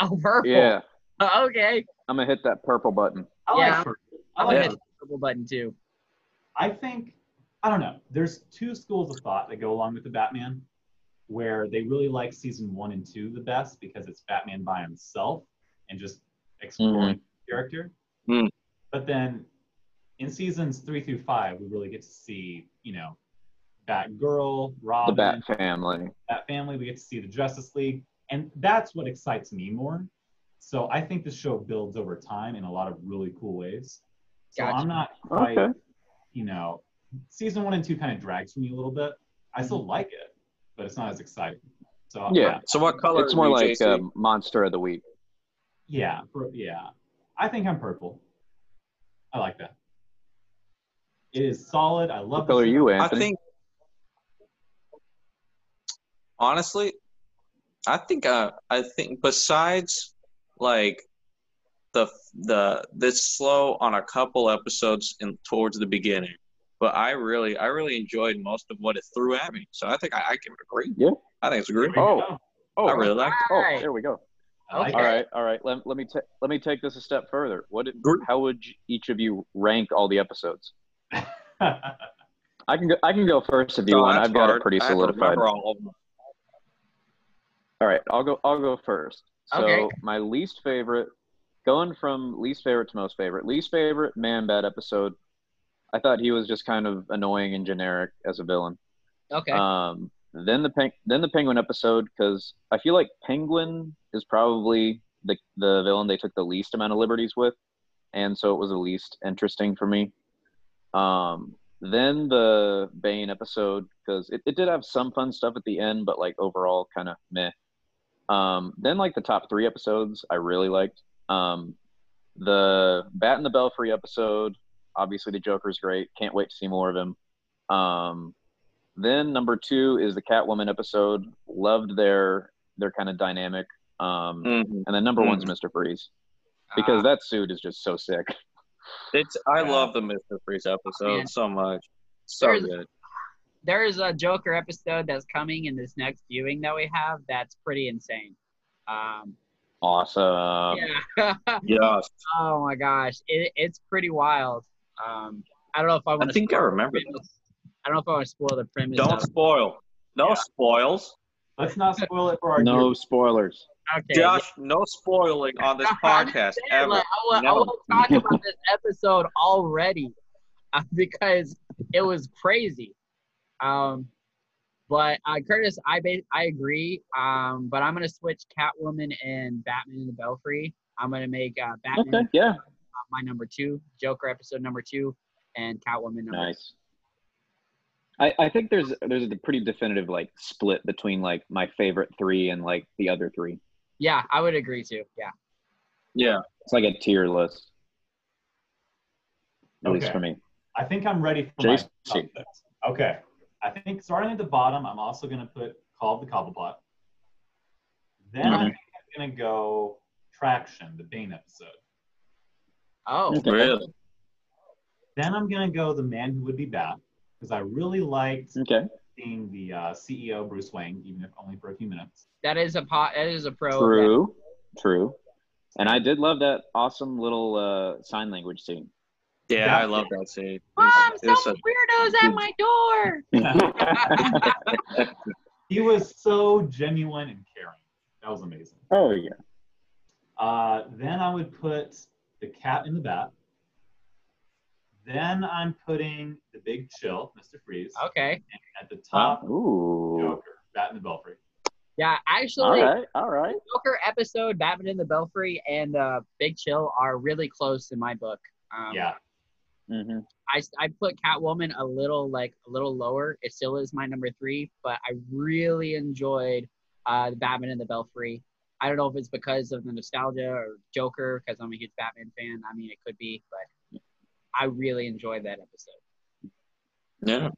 Oh, purple.
yeah,
Okay.
I'm gonna hit that purple button.
I like
Yeah.
purple. I
I'm
like
gonna hit
purple.
the purple button too.
I think I don't know. There's two schools of thought that go along with the Batman, where they really like season one and two the best because it's Batman by himself and just exploring
Mm-hmm.
the character.
Mm.
But then in seasons three through five, we really get to see you know Batgirl,
The
Robin,
Bat family.
Bat Family. We get to see the Justice League, and that's what excites me more. So I think the show builds over time in a lot of really cool ways. So
Gotcha.
I'm not quite
Okay.
you know, season one and two kind of drags me a little bit. I still like it, but it's not as exciting. So
Yeah.
So what color?
It's
are
more
you,
like
JC?
uh, monster of the week.
yeah, pur- yeah. I think I'm purple. I like that. It is solid. I love
What color are
the-
you,
I
Anthony?
think honestly, I think uh, I think besides like the the this slow on a couple episodes and towards the beginning, but I really I really enjoyed most of what it threw at me. So I think I, I give it a green.
Yeah.
I think it's a green.
Oh, oh,
I really like.
oh,
Alright.
there we go.
I like
All
it.
right, all right. Let, let me ta- let me take this a step further. What? did-
Group.
How would you, each of you rank all the episodes? I can go, I can go first if you
Oh,
want.
that's
I've got
hard.
it pretty
I have to
solidified.
remember all of them.
All right, I'll go. I'll go first. So
Okay.
my least favorite, going from least favorite to most favorite. Least favorite, Man Bat episode. I thought he was just kind of annoying and generic as a villain.
Okay.
Um, then the peng- then the Penguin episode because I feel like Penguin is probably the the villain they took the least amount of liberties with, and so it was the least interesting for me. Um, then the Bane episode because it, it did have some fun stuff at the end, but like overall kind of meh. Um, then like the top three episodes I really liked. Um, the Bat and the Belfry episode, obviously the Joker's great. Can't wait to see more of him. Um, then number two is the Catwoman episode. Loved their their kind of dynamic. Um,
Mhm.
And then number
Mhm.
one's Mister Freeze because that suit is just so sick.
It's I
Yeah.
love the Mister Freeze episode
Man.
so much. So
There's-
good.
there is a Joker episode that's coming in this next viewing that we have. That's pretty insane. Um,
Awesome.
yeah.
Yeah.
oh my gosh, it, it's pretty wild. Um, I don't know if I
I
want to.
think I remember.
the premise. I don't know if I want to spoil the premise.
Don't
of-
spoil. No
Yeah.
spoils.
Let's not spoil it for our
No spoilers.
okay.
Josh, no spoiling on this
I'm
podcast
saying,
ever.
like, I, want, I
No.
want to talk about this episode already uh, because it was crazy. Um, but uh, Curtis, I ba- I agree. Um, but I'm gonna switch Catwoman and Batman in the Belfry. I'm gonna make uh, Batman
Okay. Yeah.
uh, my number two, Joker episode number two, and Catwoman number.
Nice. I, I think there's there's a pretty definitive like split between like my favorite three and like the other three.
Yeah, I would agree too. Yeah.
Yeah.
It's like a tier list. At least
Okay.
for me.
I think I'm ready for
JC.
my top six. Okay. I think starting at the bottom, I'm also going to put called the Cobblepot. Then I
Mhm.
think I'm going to go Traction, the Bane episode.
Oh.
Okay.
Really?
Then I'm going to go The Man Who Would Be Bat because I really liked
Okay.
seeing the uh, CEO, Bruce Wayne, even if only for a few minutes.
That is a pot. That is a pro.
True. True. And I did love that awesome little uh, sign language scene.
Yeah,
Yeah.
I love that scene.
Mom,
It's- it's
some
a-
weirdos at my door.
He was so genuine and caring. That was amazing.
oh yeah.
Uh, then I would put the cat in the bat. Then I'm putting the big chill, Mr. Freeze,
Okay.
at the top.
Ooh.
Joker, Bat in the Belfry.
Yeah,
All
actually,
right. All right.
Joker episode, Batman in the Belfry, and uh, Big Chill are really close in my book. Um,
yeah,
Mm-hmm.
I, I put Catwoman a little like a little lower. It still is my number three, but I really enjoyed uh, the Batman in the Belfry. I don't know if it's because of the nostalgia or Joker, because I'm a huge Batman fan. I mean, it could be, but I really enjoyed that episode.
Yeah.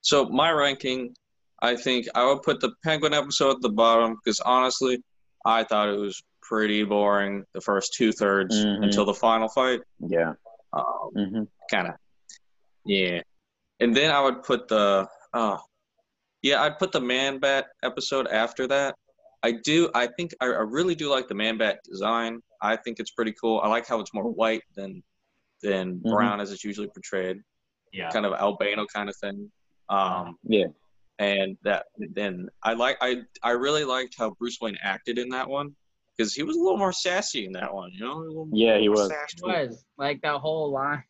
So my ranking, I think I would put the Penguin episode at the bottom because honestly, I thought it was pretty boring the first two thirds
Mhm.
Mm-hmm.
until the final fight.
Yeah.
Um,
Mm-hmm.
kind of. Yeah. And then I would put the uh yeah, I'd put the Man Bat episode after that. I do I think I, I really do like the Man Bat design. I think it's pretty cool. I like how it's more white than than
Mm-hmm.
brown as it's usually portrayed.
Yeah.
Kind of albano kind of thing. Um
Yeah.
and that then I like I I really liked how Bruce Wayne acted in that one because he was a little more sassy in that one, you know? A little
Yeah, he was.
It was like that whole line.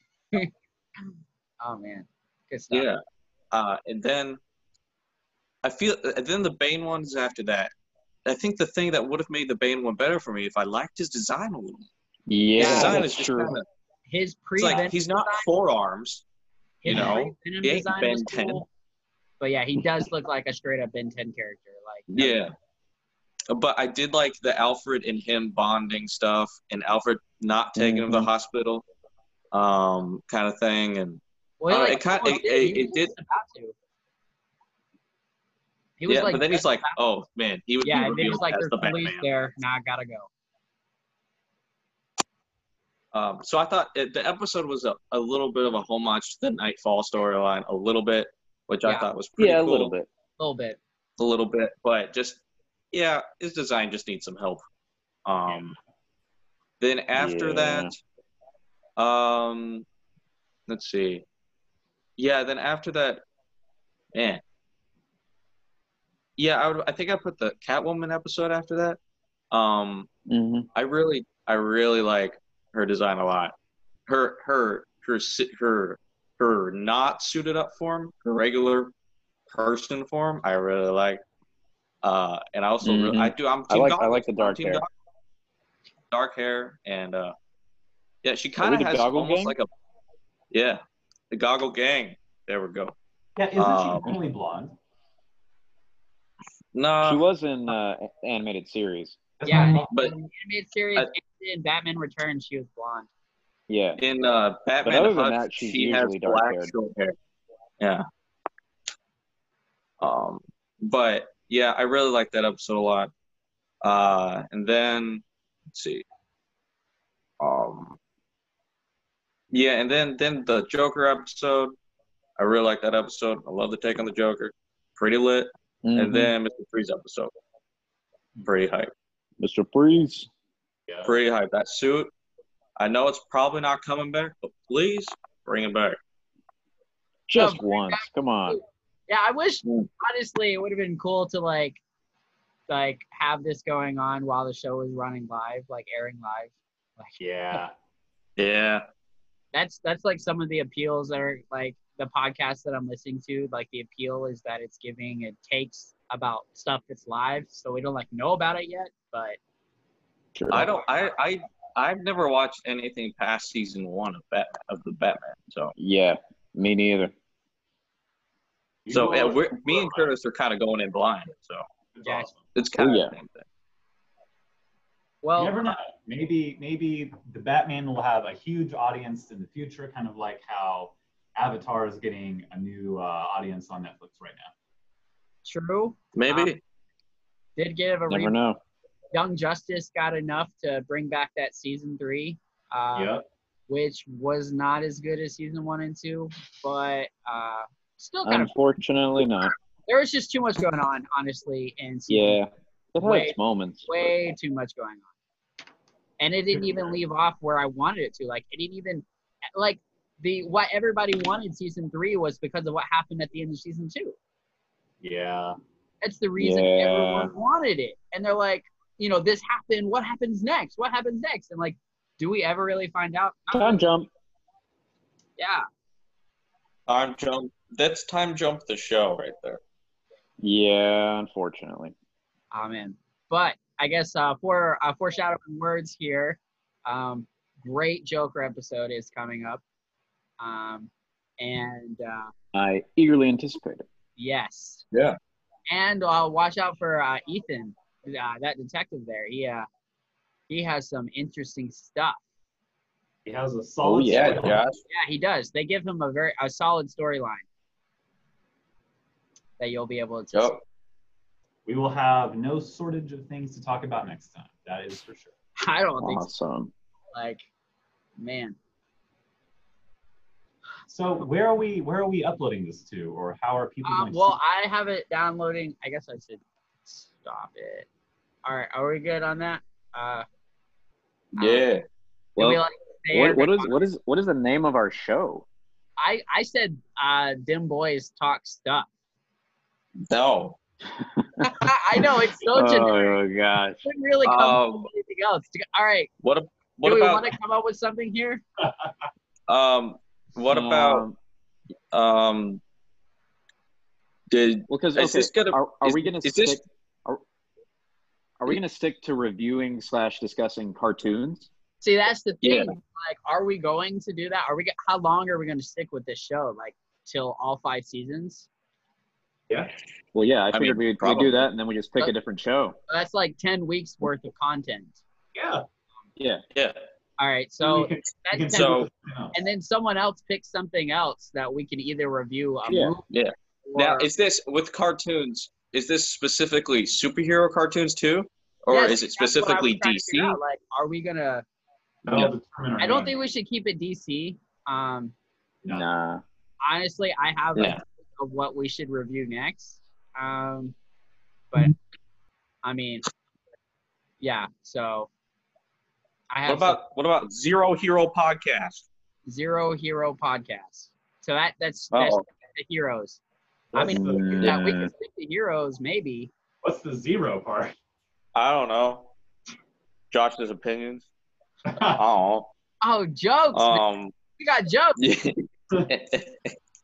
oh man, good stuff.
Yeah. Uh, and then I feel and then the Bane one is after that. I think the thing that would have made the Bane one better for me if I liked his design a little.
Yeah,
his design
that's
is just
true.
kinda-
His pre
it's like he's not forearms.
his
you know,
pre-Venom
he ain't
design
Ben
was
10.
cool. But yeah, he does look like a straight up Ben 10 character. Like no-
Yeah. But I did like the Alfred and him bonding stuff, and Alfred not taking him to the
Mm-hmm.
hospital, um, kind of thing, and
Well,
Uh,
like,
it kind-
almost
it- it-
He
it
was
did-
just about to. He was
yeah.
like,
but then he's
just
like,
about-
"Oh man, he would
yeah,
be
and then
revealed
he's like,
as
there's
the
police
Batman."
there. Nah, I gotta go.
Um, so I thought it, the episode was a, a little bit of a homage to the Nightfall storyline, a little bit, which I
Yeah.
thought was pretty
Yeah, a
cool.
little bit.
A little bit.
A little bit, but just yeah, his design just needs some help. Um, Then after
Yeah.
that, um, let's see. Yeah, then after that, man. Yeah, I would. I think I put the Catwoman episode after that. Um,
hmm
I really, I really like her design a lot. Her, her, her, si- her, her not suited up form, her regular person form. I really like. Uh, and I also, really,
Mhm.
I do. I'm
I
Team
like-
Gotham.
I like the
I'm
dark
Team
hair.
Gotham. Dark hair and uh, yeah, she
Are
kind
we
of
the
has
Goggle
almost
Gang?
like a yeah, the goggle gang. There we go.
Yeah, isn't
Um,
she only blonde?
No,
she was in uh, a- animated series.
That's
Yeah,
my
and
thought.
in
but-
the animated series
I-
and in Batman Returns, she was blonde.
Yeah.
in uh, Batman
other
the
than
Hutt,
that, she's
she has
usually
black
dark-haired.
short hair. Yeah. Um, but yeah, I really like that episode a lot. Uh, and then let's see. Um, yeah, and then then the Joker episode. I really like that episode. I love the take on the Joker. Pretty lit.
Mhm.
And then Mr. Freeze episode. Pretty hype.
Mr. Freeze.
Pretty hype. That suit. I know it's probably not coming back, but please bring it back.
Just
Yeah.
once. Come on.
Yeah, I wish
Mm.
honestly it would have been cool to like like have this going on while the show was running live, like airing live. Like
Yeah.
Yeah.
that's that's like some of the appeals that are like the podcasts that I'm listening to. Like the appeal is that it's giving it takes about stuff that's live, so we don't like know about it yet. But
Sure.
I don't. I. I. I've never watched anything past season one of Bat of the Batman. So.
Yeah. Me neither.
You
so yeah,
are-
we're, me and Curtis are kind of going in blind. So
It's
Yeah.
awesome.
it's kind of
yeah.
the same thing.
You
well,
never know. Maybe maybe the Batman will have a huge audience in the future, kind of like how Avatar is getting a new uh, audience on Netflix right now.
true
Maybe.
did give a
Never
re-
know.
Young Justice got enough to bring back that season three. Uh,
yep.
which was not as good as season one and two, but uh, still
Um,
kind of.
Unfortunately, not.
There was just too much going on, honestly, and season
Yeah. It had
Wait.
its moments.
way too much going on, and it didn't even leave off where I wanted it to. Like it didn't even like the what everybody wanted season three was because of what happened at the end of season two.
Yeah.
That's the reason
Yeah.
everyone wanted it, and they're like, you know, this happened. What happens next? What happens next? And like, do we ever really find out? Not
Time
really.
jump.
Yeah.
Time jump. That's time jump the show right there.
Yeah, unfortunately.
Amen. But I guess uh, for uh, foreshadowing words here, um, great Joker episode is coming up, um, and uh,
I eagerly anticipate it.
yes,
Yeah.
and uh, watch out for uh, Ethan uh, that detective there. He uh, he has some interesting stuff.
He has a
Oh,
Oh,
solid.
yeah,
storyline.
Josh.
Yeah, he does. They give him a very a solid storyline that you'll be able to.
Yup.
We will have no shortage of things to talk about next time. That is for sure.
I don't think so.
Awesome.
like, man,
So where are we? Where are we uploading this to, or how are people
um,
going
well, I have it downloading. I guess I should stop it. All right, are we good on that? Uh,
Yeah.
can we,
Well,
like, say
what, what
everything?
is what is what is the name of our show?
I I said uh, dim boys talk stuff.
No.
I know it's so generic.
Oh gosh.
Couldn't really come up
Um,
with anything else. All right,
What? a- What
do we
about?
want to come up with something here?
Um. What about?
Um,
Um. Did
well, because
is this gonna?
are, are
is-
we gonna
is
stick?
this-
Are, are we gonna stick to reviewing slash discussing cartoons?
See, that's the
Yeah.
thing. Like, are we going to do that? Are we? go- How long are we going to stick with this show? Like, till all five seasons?
Well, yeah, I figured
mean,
we'd, we'd
probably.
do that, and then we just pick a different show.
That's like ten weeks worth of content.
Yeah.
Yeah.
Yeah.
All right,
we
so
can- we can
that's
so-
and then someone else picks something else that we can either review a
Yeah.
movie.
Yeah.
Or,
Now, is this with cartoons? Is this specifically superhero cartoons too, or
Yes, that's what I
is it
was
specifically
trying to
DC?
figure out, Like, are we gonna?
That'll
Yeah.
determine our
I don't
game.
think we should keep it DC. Um,
No.
Nah.
honestly, I have
Yeah.
a, of what we should review next. Um, but I mean, yeah. So I have
What
some-
about what about Zero Hero podcast?
Zero Hero podcast. So that that's, that's
Uh-oh.
the heroes. I
What's,
mean,
the,
Yeah, we
Mm.
can stick to heroes maybe.
what's the zero part?
I don't know. Josh's opinions. I
Uh,
don't
Oh, jokes!
know.
man.
Um.
we got jokes.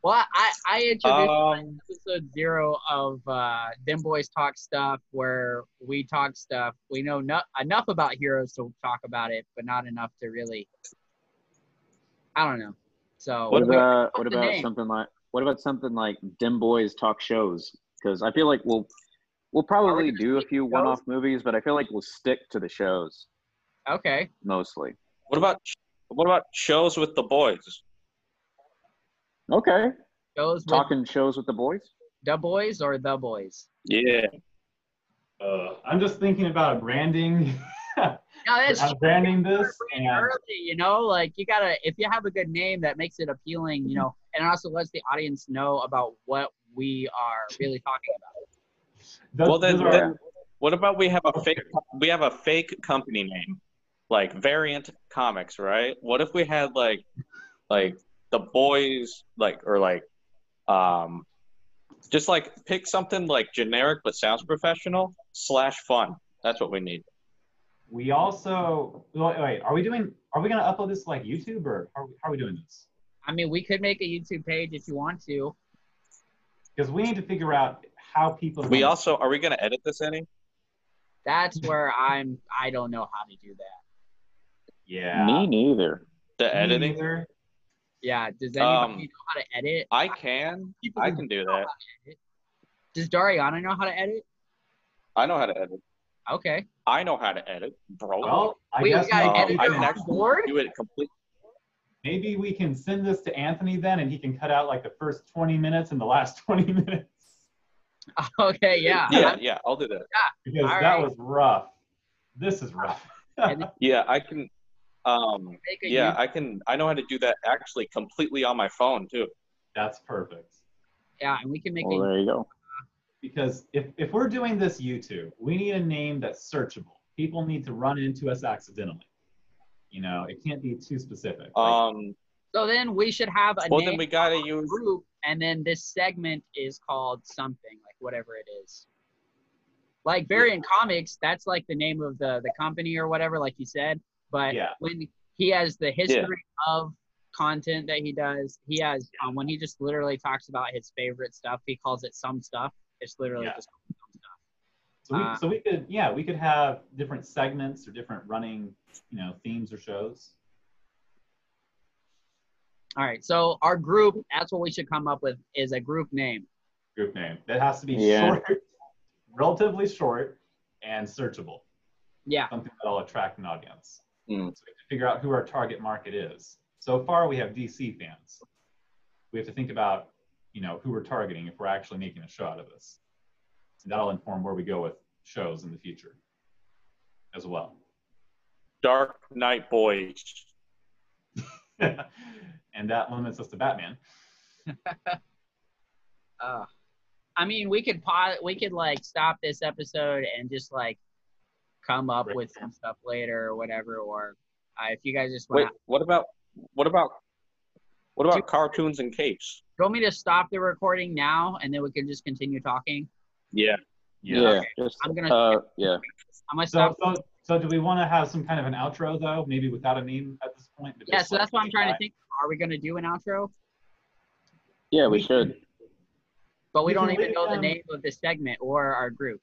Well, I I introduced
um.
episode zero of uh, Them Boys Talk Stuff, where we talk stuff. We know no- enough about heroes to talk about it, but not enough to really. I don't know. So
What about
what's
what
the
about
name?
something like what about something like Dim Boys talk shows? Because I feel like we'll we'll probably do a few one-off movies, but I feel like we'll stick to the shows
okay,
mostly.
What about what about shows with the boys?
Okay.
goes with
Talking shows with the boys.
the boys or the boys.
Yeah.
Uh, I'm just thinking about branding.
No, that's
I'm branding this, and
early. You know, like you gotta if you have a good name that makes it appealing. You know, and it also lets the audience know about what we are really talking about.
those,
well, then,
those are-
then what about we have a fake we have a fake company name, like Variant Comics, right? What if we had like like the boys like or like um just like pick something like generic but sounds professional slash fun. That's what we need.
we also wait, wait. Are we doing? Are we gonna upload this to, like YouTube or how are we, how are we doing this?
I mean, we could make a YouTube page if you want to.
Because we need to figure out how people.
We also are we gonna edit this any?
That's where I'm. I don't know how to do that.
yeah.
Me neither.
The
Mm.
Me
editing?
neither.
Yeah. Does anybody
Um,
know how to edit?
I can.
People
I
who-
can do that.
Does Dariana know how to edit?
I know how to edit.
Okay.
I know how to edit, bro.
Well, I
we we
guess
got an
not.
maybe,
I
editor
can
on
actually-
board.
do it complete.
maybe we can send this to Anthony then, and he can cut out like the first 20 minutes and the last 20 minutes
Okay. Yeah.
Yeah, yeah, I'll do that.
because
All
that
right.
was rough. This is rough.
And
Yeah, I can. Um,
Make a
yeah, I can. I know how to do that actually completely on my phone too.
That's perfect.
YouTube- yeah, and we can make
Well,
a.
there you go.
Because if, if we're doing this YouTube, we need a name that's searchable. People need to run into us accidentally. You know, it can't be too specific. Like,
Um,
So then we should have a
well,
name
then we gotta use.
group, and then this segment is called something like whatever it is. Like Variant Comics, that's like the name of the the company or whatever, like you said. But
Yeah.
when he has the history of content that he does, he has um, when he just literally talks about his favorite stuff, he calls it some stuff. It's literally
Yeah.
just some stuff.
so, we,
uh,
so we could, yeah, we could have different segments or different running, you know, themes or shows.
All right, so our group, that's what we should come up with is a group name.
Group name. That has to be
Yeah.
short, relatively short, and searchable,
Yeah.
something that'll attract an audience.
Mm.
So we have to figure out who our target market is. So far, we have DC fans. We have to think about, you know, who we're targeting if we're actually making a show out of this. And that'll inform where we go with shows in the future, as well.
Dark Knight Boys.
and that limits us to Batman.
Uh, I mean, we could pause. We could like stop this episode and just like come up
Right.
with some stuff later or whatever. Or uh, if you guys just
Wait,
want to,
what about what about what about cartoons and capes?
do you want me to stop the recording now and then we can just continue talking?
Yeah.
Yeah, just
I'm gonna.
uh, yeah.
I'm gonna
So,
stop.
so, so do we want to have some kind of an outro though? Maybe without a name at this point. but
yeah.
just
So
like-
that's what I'm trying to think. Are we gonna do an outro?
Yeah, we should.
But we
We can
don't even
leave
know the
them-
name of the segment or our group.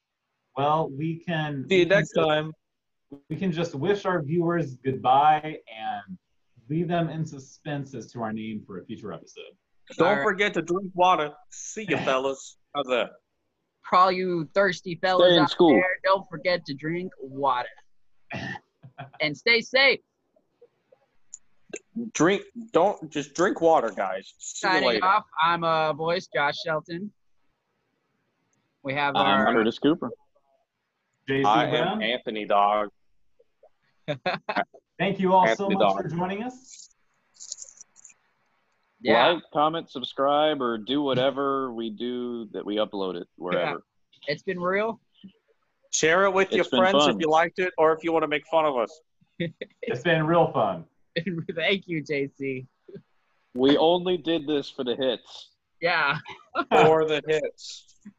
Well, we can.
See
we
you
can
next
just-
time.
We can just wish our viewers goodbye and leave them in suspense as to our name for a future episode.
Don't
Alright.
forget to drink water. See you, fellas. How's that?
For all you thirsty fellas
Stay in
out
school.
there, don't forget to drink water and stay safe.
Drink. Don't just drink water, guys. See you
Signing
later.
off. I'm a voice, Josh Shelton. We have
Um, I'm
our.
Curtis Cooper.
Jason
I am
Brown,
Anthony Dog.
thank you all so
Anthony
much
Dog.
for joining us.
Yeah,
Like, comment, subscribe, or do whatever we do that we upload it wherever.
it's been real.
Share it with
It's
your
been
friends
fun.
if you liked it, or if you want to make fun of us.
It's been real fun.
Thank you, JC.
We only did this for the hits.
Yeah.
or the hits.